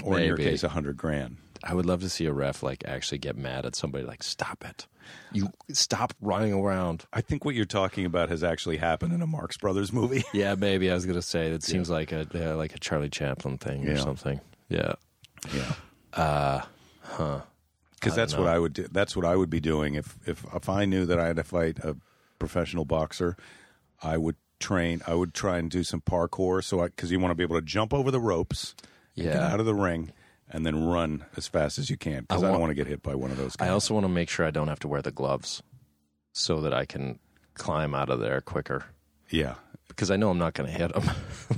S3: or in your
S2: Maybe.
S3: case, a hundred grand.
S2: I would love to see a ref like actually get mad at somebody like stop it. You stop running around.
S3: I think what you're talking about has actually happened in a Marx Brothers movie. (laughs)
S2: Yeah, maybe I was going to say that seems like a yeah, like a Charlie Chaplin thing or
S3: Yeah.
S2: something. Yeah.
S3: Yeah. Because that's what I would do. That's what I would be doing if if if I knew that I had to fight a professional boxer. I would train. I would try and do some parkour. So because you want to be able to jump over the ropes, and get
S2: Yeah.
S3: out of the ring, and then run as fast as you can. Because I, don't
S2: want-
S3: want to get hit by one of those.
S2: I
S3: Guys.
S2: also want to make sure I don't have to wear the gloves so that I can climb out of there quicker
S3: yeah.
S2: because I know I'm not going to hit them. (laughs)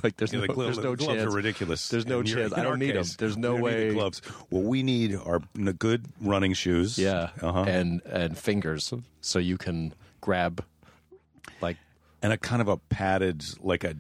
S2: like there's
S3: Yeah,
S2: no,
S3: the, glo-
S2: there's
S3: the
S2: no
S3: gloves
S2: chance.
S3: are ridiculous.
S2: There's no
S3: In your-
S2: chance.
S3: in
S2: I don't
S3: our
S2: need 'em.
S3: case,
S2: There's no
S3: we don't need the
S2: way-
S3: gloves. What we need are n- good running shoes.
S2: Yeah.
S3: Uh-huh.
S2: And and fingers so you can grab like
S3: and a kind of a padded, like a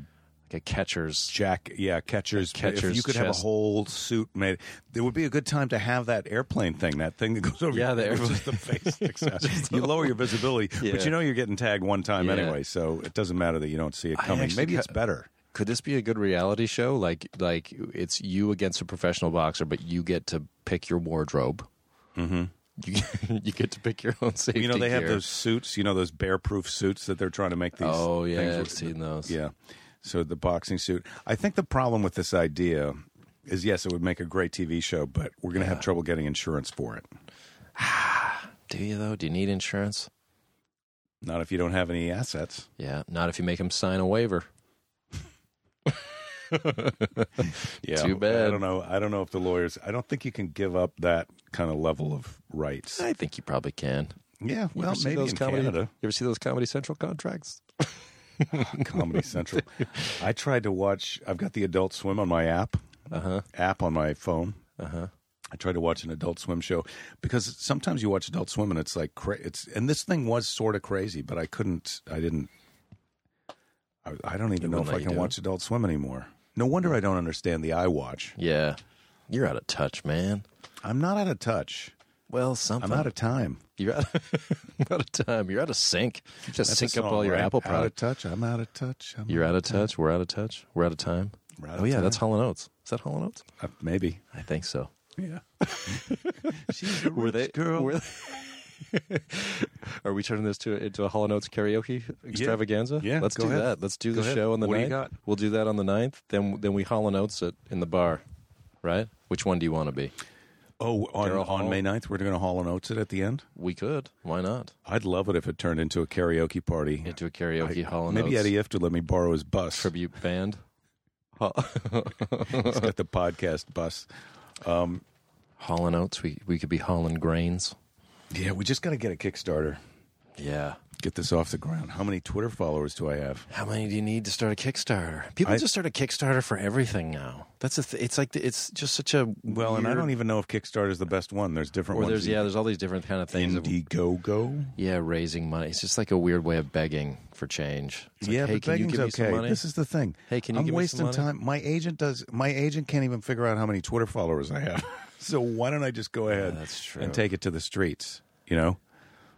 S2: like a catcher's
S3: jack, yeah, catcher's. if
S2: catcher's
S3: you could have a
S2: chest.
S3: whole suit made, it would be a good time to have that airplane thing, that thing that goes over.
S2: Yeah, the
S3: your- it's (laughs) just the face.
S2: (laughs)
S3: sticks out. you lower your visibility,
S2: Yeah.
S3: but you know you're getting tagged one time
S2: Yeah.
S3: anyway, so it doesn't matter that you don't see it
S2: I
S3: coming.
S2: actually
S3: Maybe
S2: ca-
S3: it's better.
S2: Could this be a good reality show? Like like it's you against a professional boxer but you get to pick your wardrobe. Mhm. (laughs) You, you get to pick your own safety
S3: You know they have
S2: gear.
S3: those suits. You know those bear-proof suits that they're trying to make these.
S2: Oh
S3: things
S2: yeah, I've
S3: with.
S2: seen those.
S3: Yeah. So the boxing suit. I think the problem with this idea is yes, it would make a great TV show, but we're going to have trouble getting insurance for it.
S2: Do you though? Do you need insurance?
S3: Not if you don't have any assets.
S2: Yeah, not if you make him sign a waiver. (laughs)
S3: Yeah.
S2: Too bad.
S3: I don't know. I don't know if the lawyers I don't think you can give up that kind of level of rights.
S2: I think you probably can.
S3: Yeah,
S2: You
S3: well,
S2: ever see
S3: maybe
S2: those
S3: in
S2: comedy, (laughs)
S3: Canada,
S2: You ever see those Comedy Central contracts?
S3: Comedy
S2: (laughs)
S3: Central. I tried to watch I've got the Adult Swim on my app.
S2: Uh-huh.
S3: App on my phone. I tried to watch an Adult Swim show because sometimes you watch Adult Swim and it's like cra- it's and this thing was sort of crazy, but I couldn't. I didn't. I, I don't even know
S2: wouldn't
S3: if
S2: let
S3: I
S2: you
S3: can
S2: do
S3: watch Adult Swim anymore. No wonder I don't understand the iWatch.
S2: Yeah. You're out of touch, man.
S3: I'm not out of touch.
S2: Well, something.
S3: I'm out of time.
S2: You're out of, (laughs) out of time. You're out of sync. You just
S3: That's a
S2: sync up
S3: song,
S2: all your
S3: right?
S2: Apple
S3: Out of
S2: products.
S3: touch. I'm out of touch. I'm
S2: You're out of touch. We're out of touch. We're out of time.
S3: We're out
S2: oh
S3: of
S2: yeah,
S3: time.
S2: that's Hall and Oates. Is that Hall and Oates?
S3: uh, maybe.
S2: I think so.
S3: (laughs) Yeah. She's a
S2: Were
S3: rich
S2: they?
S3: girl.
S2: Were they- (laughs) Are we turning this to into a Hall and Oates karaoke extravaganza?
S3: Yeah,
S2: let's
S3: go
S2: do
S3: ahead.
S2: that. Let's do
S3: Go
S2: the
S3: ahead.
S2: show on the
S3: What do you
S2: ninth.
S3: got?
S2: We'll do that on the 9th. Then then we Hall and Oates it in the bar, right? Which one do you want to be?
S3: oh, on,
S2: Daryl Hall.
S3: on May 9th, we're going to haul an oats it at the end.
S2: We could. Why not?
S3: I'd love it if it turned into a karaoke party.
S2: Into a karaoke Hall and
S3: Maybe
S2: Oates
S3: Eddie Ift would let me borrow his bus.
S2: tribute band.
S3: (laughs) He's got the podcast bus.
S2: Hall and Oates. We we could be Hall and Grains.
S3: Yeah, we just got to get a Kickstarter.
S2: Yeah.
S3: Get this off the ground. How many Twitter followers do I have?
S2: How many do you need to start a Kickstarter? People
S3: I-
S2: just start a Kickstarter for everything now. That's a th- it's like the, it's just such a
S3: Well, and I
S2: weird-
S3: don't even know if Kickstarter is the best one. There's different
S2: or
S3: ones.
S2: there's yeah there's all these different kind of things. of-
S3: Indiegogo.
S2: yeah, raising money. It's just like a weird way of begging for change. It's like,
S3: yeah,
S2: hey,
S3: but
S2: can you
S3: begging's
S2: give me
S3: okay.
S2: some money?
S3: This is the thing.
S2: Hey, can you
S3: I'm
S2: give me some
S3: wasting
S2: money?
S3: time. My agent does. My agent can't even figure out how many Twitter followers I have. (laughs) so why don't I just go ahead
S2: that's true.
S3: and take it to the streets? You know,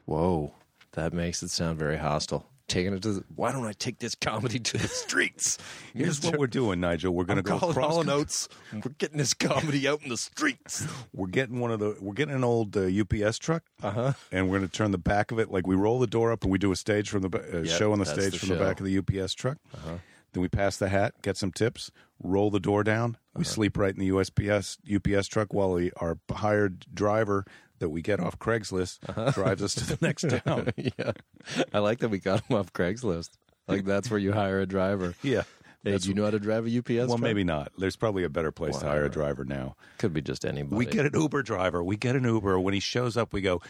S2: Whoa, that makes it sound very hostile. Taking it to the, why don't I take this comedy to the
S3: (laughs)
S2: streets?
S3: here's what we're doing, Nigel. We're going to
S2: I'm
S3: go
S2: calling
S3: cross.
S2: all notes. We're getting this comedy out in the streets.
S3: We're getting one of the. We're getting an old uh, UPS truck, uh-huh. and we're going to turn the back of it. Like we roll the door up, and we do a stage from the ba- uh, show on the
S2: that's
S3: stage
S2: the
S3: from
S2: show.
S3: the back of the UPS truck. Uh-huh. Then we pass the hat, get some tips, roll the door down. We sleep right in the USPS UPS truck while we, our hired driver that we get off Craigslist drives us to the next (laughs) town.
S2: (laughs) yeah, I like that we got him off Craigslist. Like that's where you hire a driver.
S3: yeah.
S2: Hey, do you know how to drive a UPS?
S3: Well,
S2: truck?
S3: maybe not. There's probably a better place to hire a driver now.
S2: could be just anybody.
S3: We get an Uber driver. We get an Uber. When he shows up, we go,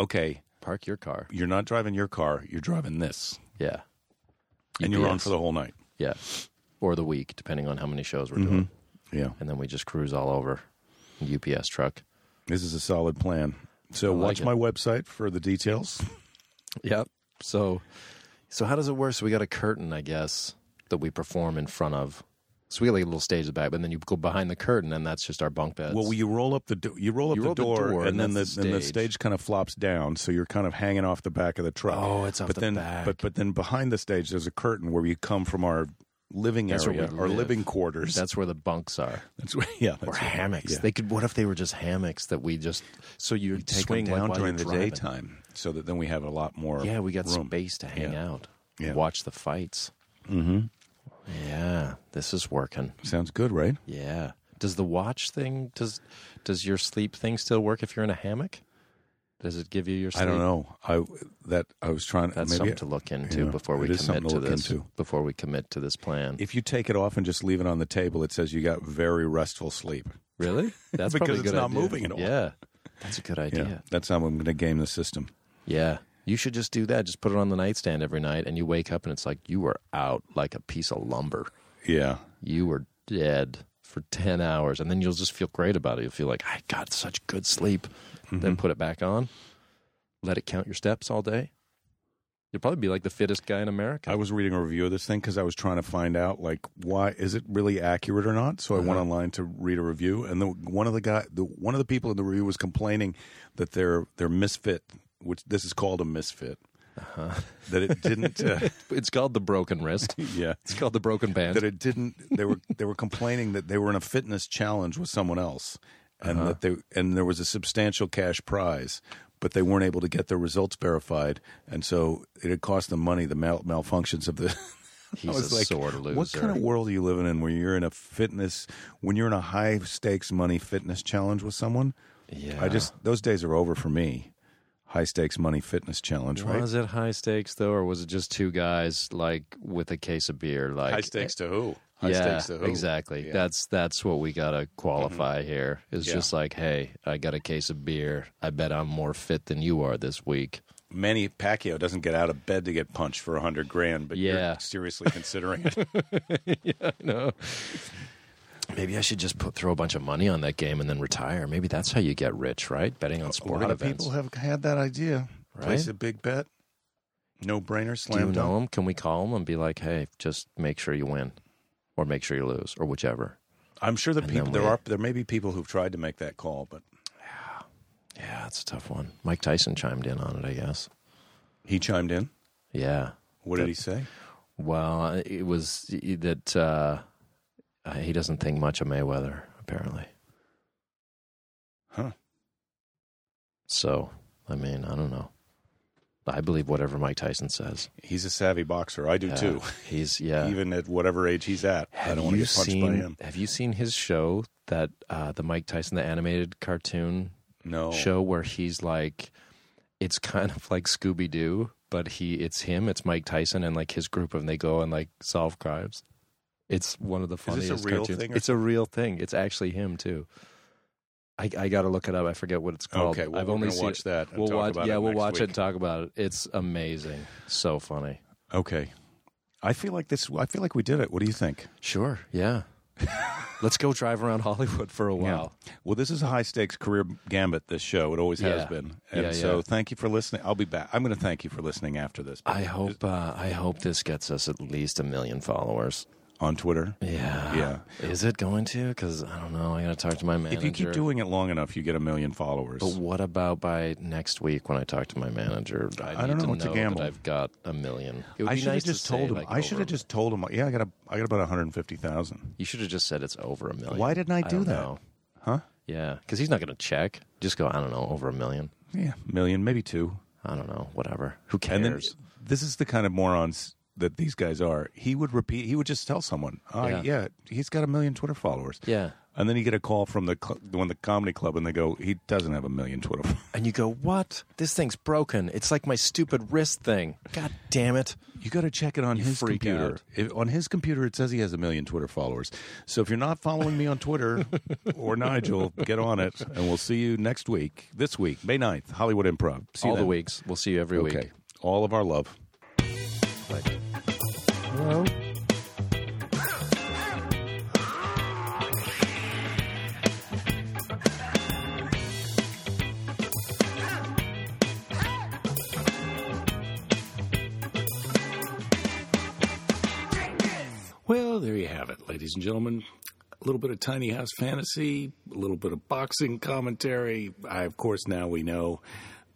S3: okay,
S2: park your car.
S3: you're not driving your car. You're driving this.
S2: Yeah,
S3: and you're on
S2: UPS.
S3: for the whole night.
S2: yeah, or the week, depending on how many shows we're doing,
S3: Yeah,
S2: and then we just cruise all over UPS truck.
S3: this is a solid plan. So watch
S2: it.
S3: my website for the details.
S2: Yep. So, so how does it work? So we got a curtain, I guess, that we perform in front of. So we got like a little stage at the back, but then you go behind the curtain, and that's just our bunk beds.
S3: Well, you roll up the do- you roll up
S2: You
S3: the,
S2: roll the
S3: door,
S2: door,
S3: and
S2: and
S3: then the,
S2: that's the
S3: then the
S2: stage.
S3: stage kind of flops down, so you're kind of hanging off the back of the truck.
S2: Oh, it's off
S3: but
S2: the
S3: then,
S2: back.
S3: But but then behind the stage, there's a curtain where you come from our living
S2: That's where
S3: area,
S2: we
S3: our
S2: live.
S3: living quarters.
S2: that's where the bunks are,
S3: that's where, yeah, that's
S2: or
S3: where-
S2: hammocks.
S3: yeah.
S2: They could. What if they were just hammocks that we just so you,
S3: Take 'em
S2: swing like,
S3: down
S2: while
S3: during
S2: you're
S3: the
S2: driving.
S3: daytime, so that then we have a lot more.
S2: Yeah, we got
S3: room.
S2: space to hang
S3: Yeah.
S2: out,
S3: Yeah.
S2: watch the fights. Mm-hmm. Yeah, this is working.
S3: Sounds good, right?
S2: Yeah. Does the watch thing does does your sleep thing still work if you're in a hammock? Does it give you your sleep?
S3: I don't know. I that I was trying.
S2: That's
S3: maybe
S2: something to look into
S3: yeah,
S2: before we
S3: it is
S2: commit
S3: something
S2: to,
S3: to look
S2: this.
S3: into.
S2: Before we commit to this plan.
S3: if you take it off and just leave it on the table, it says you got very restful sleep. (laughs)
S2: really? That's
S3: Because
S2: probably a
S3: it's
S2: good
S3: not
S2: idea.
S3: moving at all.
S2: Yeah. That's a good idea.
S3: That's how I'm going to game the system.
S2: Yeah. You should just do that. Just put it on the nightstand every night and you wake up and it's like you were out like a piece of lumber.
S3: Yeah.
S2: You were dead for 10 hours and then you'll just feel great about it. You'll feel like I got such good sleep.
S3: Mm-hmm.
S2: Then put it back on. Let it count your steps all day. You'll probably be like the fittest guy in America.
S3: I was reading a review of this thing because I was trying to find out, like, why is it really accurate or not? So I went online to read a review, and the, one of the guy, the, one of the people in the review was complaining that their their misfit, which this is called a misfit, that it didn't, uh,
S2: It's called the broken
S3: (laughs)
S2: wrist.
S3: yeah,
S2: It's called the broken band.
S3: that it didn't they were they were complaining that they were in a fitness challenge with someone else and
S2: Uh-huh.
S3: that they and there was a substantial cash prize but they weren't able to get their results verified and so it had cost them money the mal- malfunctions of the (laughs) I
S2: He's
S3: was
S2: a
S3: like,
S2: sore loser.
S3: what kind of world are you living in where you're in a fitness when you're in a high stakes money fitness challenge with someone
S2: yeah.
S3: i just those days are over for me high stakes money fitness challenge right
S2: was it high stakes though, or was it just two guys like with a case of beer? Like
S3: to who high
S2: Yeah,
S3: stakes to who Mm-hmm.
S2: exactly. That's that's what we gotta qualify here. It's
S3: Yeah.
S2: just like, hey, I got a case of beer. I bet I'm more fit than you are this
S3: (laughs)
S2: week.
S3: Manny Pacquiao doesn't get out of bed to get punched for a hundred grand, but
S2: Yeah.
S3: you're seriously considering
S2: (laughs)
S3: it.
S2: Maybe I should just put throw a bunch of money on that game and then retire. Maybe that's how you get rich, right? Betting on
S3: a
S2: sporting
S3: lot of
S2: events.
S3: people have had that idea. Place
S2: Right?
S3: a big bet, no brainer,
S2: Do you
S3: slam
S2: know
S3: dunk.
S2: them? Can we call them and be like, hey, just make sure you win, or make sure you lose, or whichever?
S3: I'm sure that
S2: And
S3: people
S2: then
S3: there
S2: we-
S3: are there may be people who've tried to make that call, but
S2: Yeah, that's a tough one. Mike Tyson chimed in on it, I guess.
S3: he chimed in.
S2: Yeah.
S3: What did he say?
S2: Well, it was that uh, he doesn't think much of Mayweather, apparently.
S3: Huh?
S2: So, I mean, I don't know. I believe whatever Mike Tyson says.
S3: He's a savvy boxer. I do
S2: Yeah.
S3: too.
S2: He's yeah.
S3: (laughs) Even at whatever age he's at, I
S2: have
S3: don't want to
S2: you
S3: get punched
S2: seen?
S3: by him.
S2: Have you seen his show that uh, the Mike Tyson, the animated cartoon
S3: No.
S2: show where he's like it's kind of like Scooby Doo, but he it's him, it's Mike Tyson and like his group and they go and like solve crimes. It's one of the
S3: this a
S2: funniest
S3: real
S2: cartoons.
S3: thing or
S2: it's a real thing. It's actually him too. I, I got to look it up. I forget what it's called.
S3: Okay, well,
S2: I've
S3: we're
S2: only
S3: gonna
S2: seen
S3: watch that and
S2: We'll
S3: talk
S2: watch.
S3: about
S2: yeah,
S3: it
S2: we'll
S3: next
S2: watch
S3: week.
S2: it and talk about it. It's amazing. So funny.
S3: Okay. I feel like this. I feel like we did it. What do you think?
S2: Sure. Yeah. (laughs) Let's go drive around Hollywood for a while.
S3: Well, this is a high stakes career gambit. This show it always has
S2: Yeah.
S3: been, and
S2: Yeah,
S3: so
S2: yeah.
S3: thank you for listening. I'll be back. I'm going to thank you for listening after this
S2: I hope. Uh, I hope this gets us at least a million followers.
S3: on Twitter.
S2: Yeah.
S3: Yeah.
S2: Is it going to? Because I don't know. I got to talk to my manager.
S3: If you keep doing it long enough, you get a million followers.
S2: But what about by next week when I talk to my manager? I,
S3: I don't
S2: need to
S3: know. It's a
S2: know
S3: gamble.
S2: That I've got a million. It would
S3: I
S2: be
S3: should have
S2: nice to
S3: just
S2: say,
S3: told him.
S2: like,
S3: I should
S2: over-
S3: have just told him. Yeah, I got a. I got about 150,000.
S2: You should have just said it's over a million.
S3: Why didn't I do
S2: don't
S3: that?
S2: know.
S3: Huh?
S2: Yeah, because he's not going to check. Just go. I don't know. Over a million.
S3: Yeah, million, maybe two.
S2: I don't know. Whatever. Who
S3: And then
S2: cares?
S3: this is the kind of morons that these guys are. He would repeat. He would just tell someone, "Oh yeah,
S2: Yeah.
S3: he's got a million Twitter followers."
S2: yeah.
S3: And then you get a call from the cl- the one the comedy club, and they go, "He doesn't have a million Twitter." (laughs) followers."
S2: And you go, what? This thing's broken. It's like my stupid wrist thing. God damn it.
S3: You got to check it on his
S2: freak
S3: computer.
S2: out.
S3: If- on his computer, it says he has a million Twitter followers. So if you're not following me
S2: (laughs)
S3: on Twitter or Nigel, get on it, and we'll see you next week. This week, May 9th, Hollywood Improv. See you
S2: All the
S3: then.
S2: weeks. We'll see you every
S3: Okay,
S2: week.
S3: all of our love.
S1: (laughs) Well, there you have it, ladies and gentlemen. A little bit of tiny house fantasy, a little bit of boxing commentary. I, of course, now we know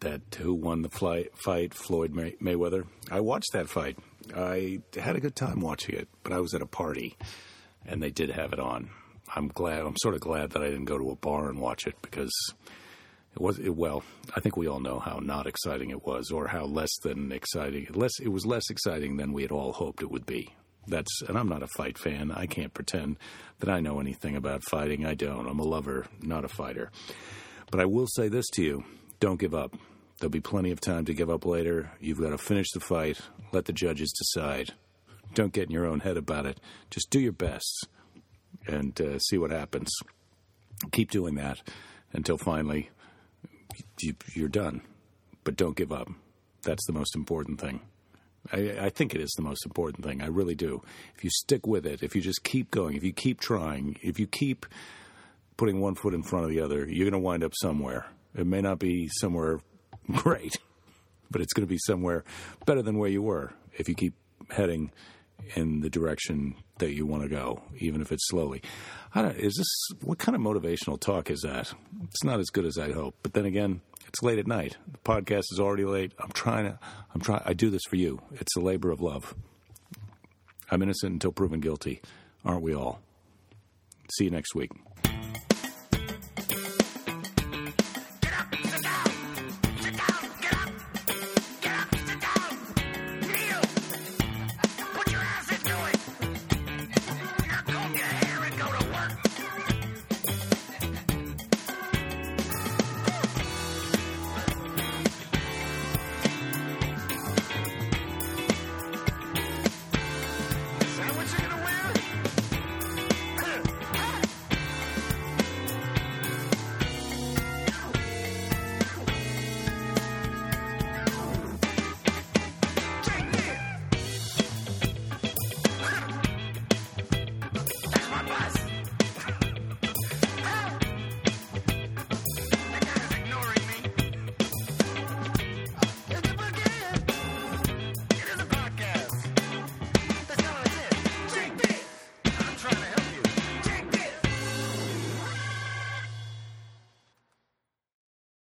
S1: that who won the fly, fight, Floyd May- Mayweather. I watched that fight. I had a good time watching it, but I was at a party, and they did have it on. I'm glad. I'm sort of glad that I didn't go to a bar and watch it because it was it, well. I think we all know how not exciting it was, or how less than exciting. Less it was less exciting than we had all hoped it would be. That's and I'm not a fight fan. I can't pretend that I know anything about fighting. I don't. I'm a lover, not a fighter. But I will say this to you: don't give up. There'll be plenty of time to give up later. You've got to finish the fight. Let the judges decide. Don't get in your own head about it. Just do your best and uh, see what happens. Keep doing that until finally you, you're done. But don't give up. That's the most important thing. I, I think it is the most important thing. I really do. If you stick with it, if you just keep going, if you keep trying, if you keep putting one foot in front of the other, you're going to wind up somewhere. It may not be somewhere (laughs) great, but it's going to be somewhere better than where you were if you keep heading in the direction that you want to go, even if it's slowly. I don't. Is this what kind of motivational talk is that? It's not as good as I'd hope. But then again, it's late at night. The podcast is already late. I'm trying to. I'm trying. I do this for you. It's a labor of love. I'm innocent until proven guilty, aren't we all? See you next week.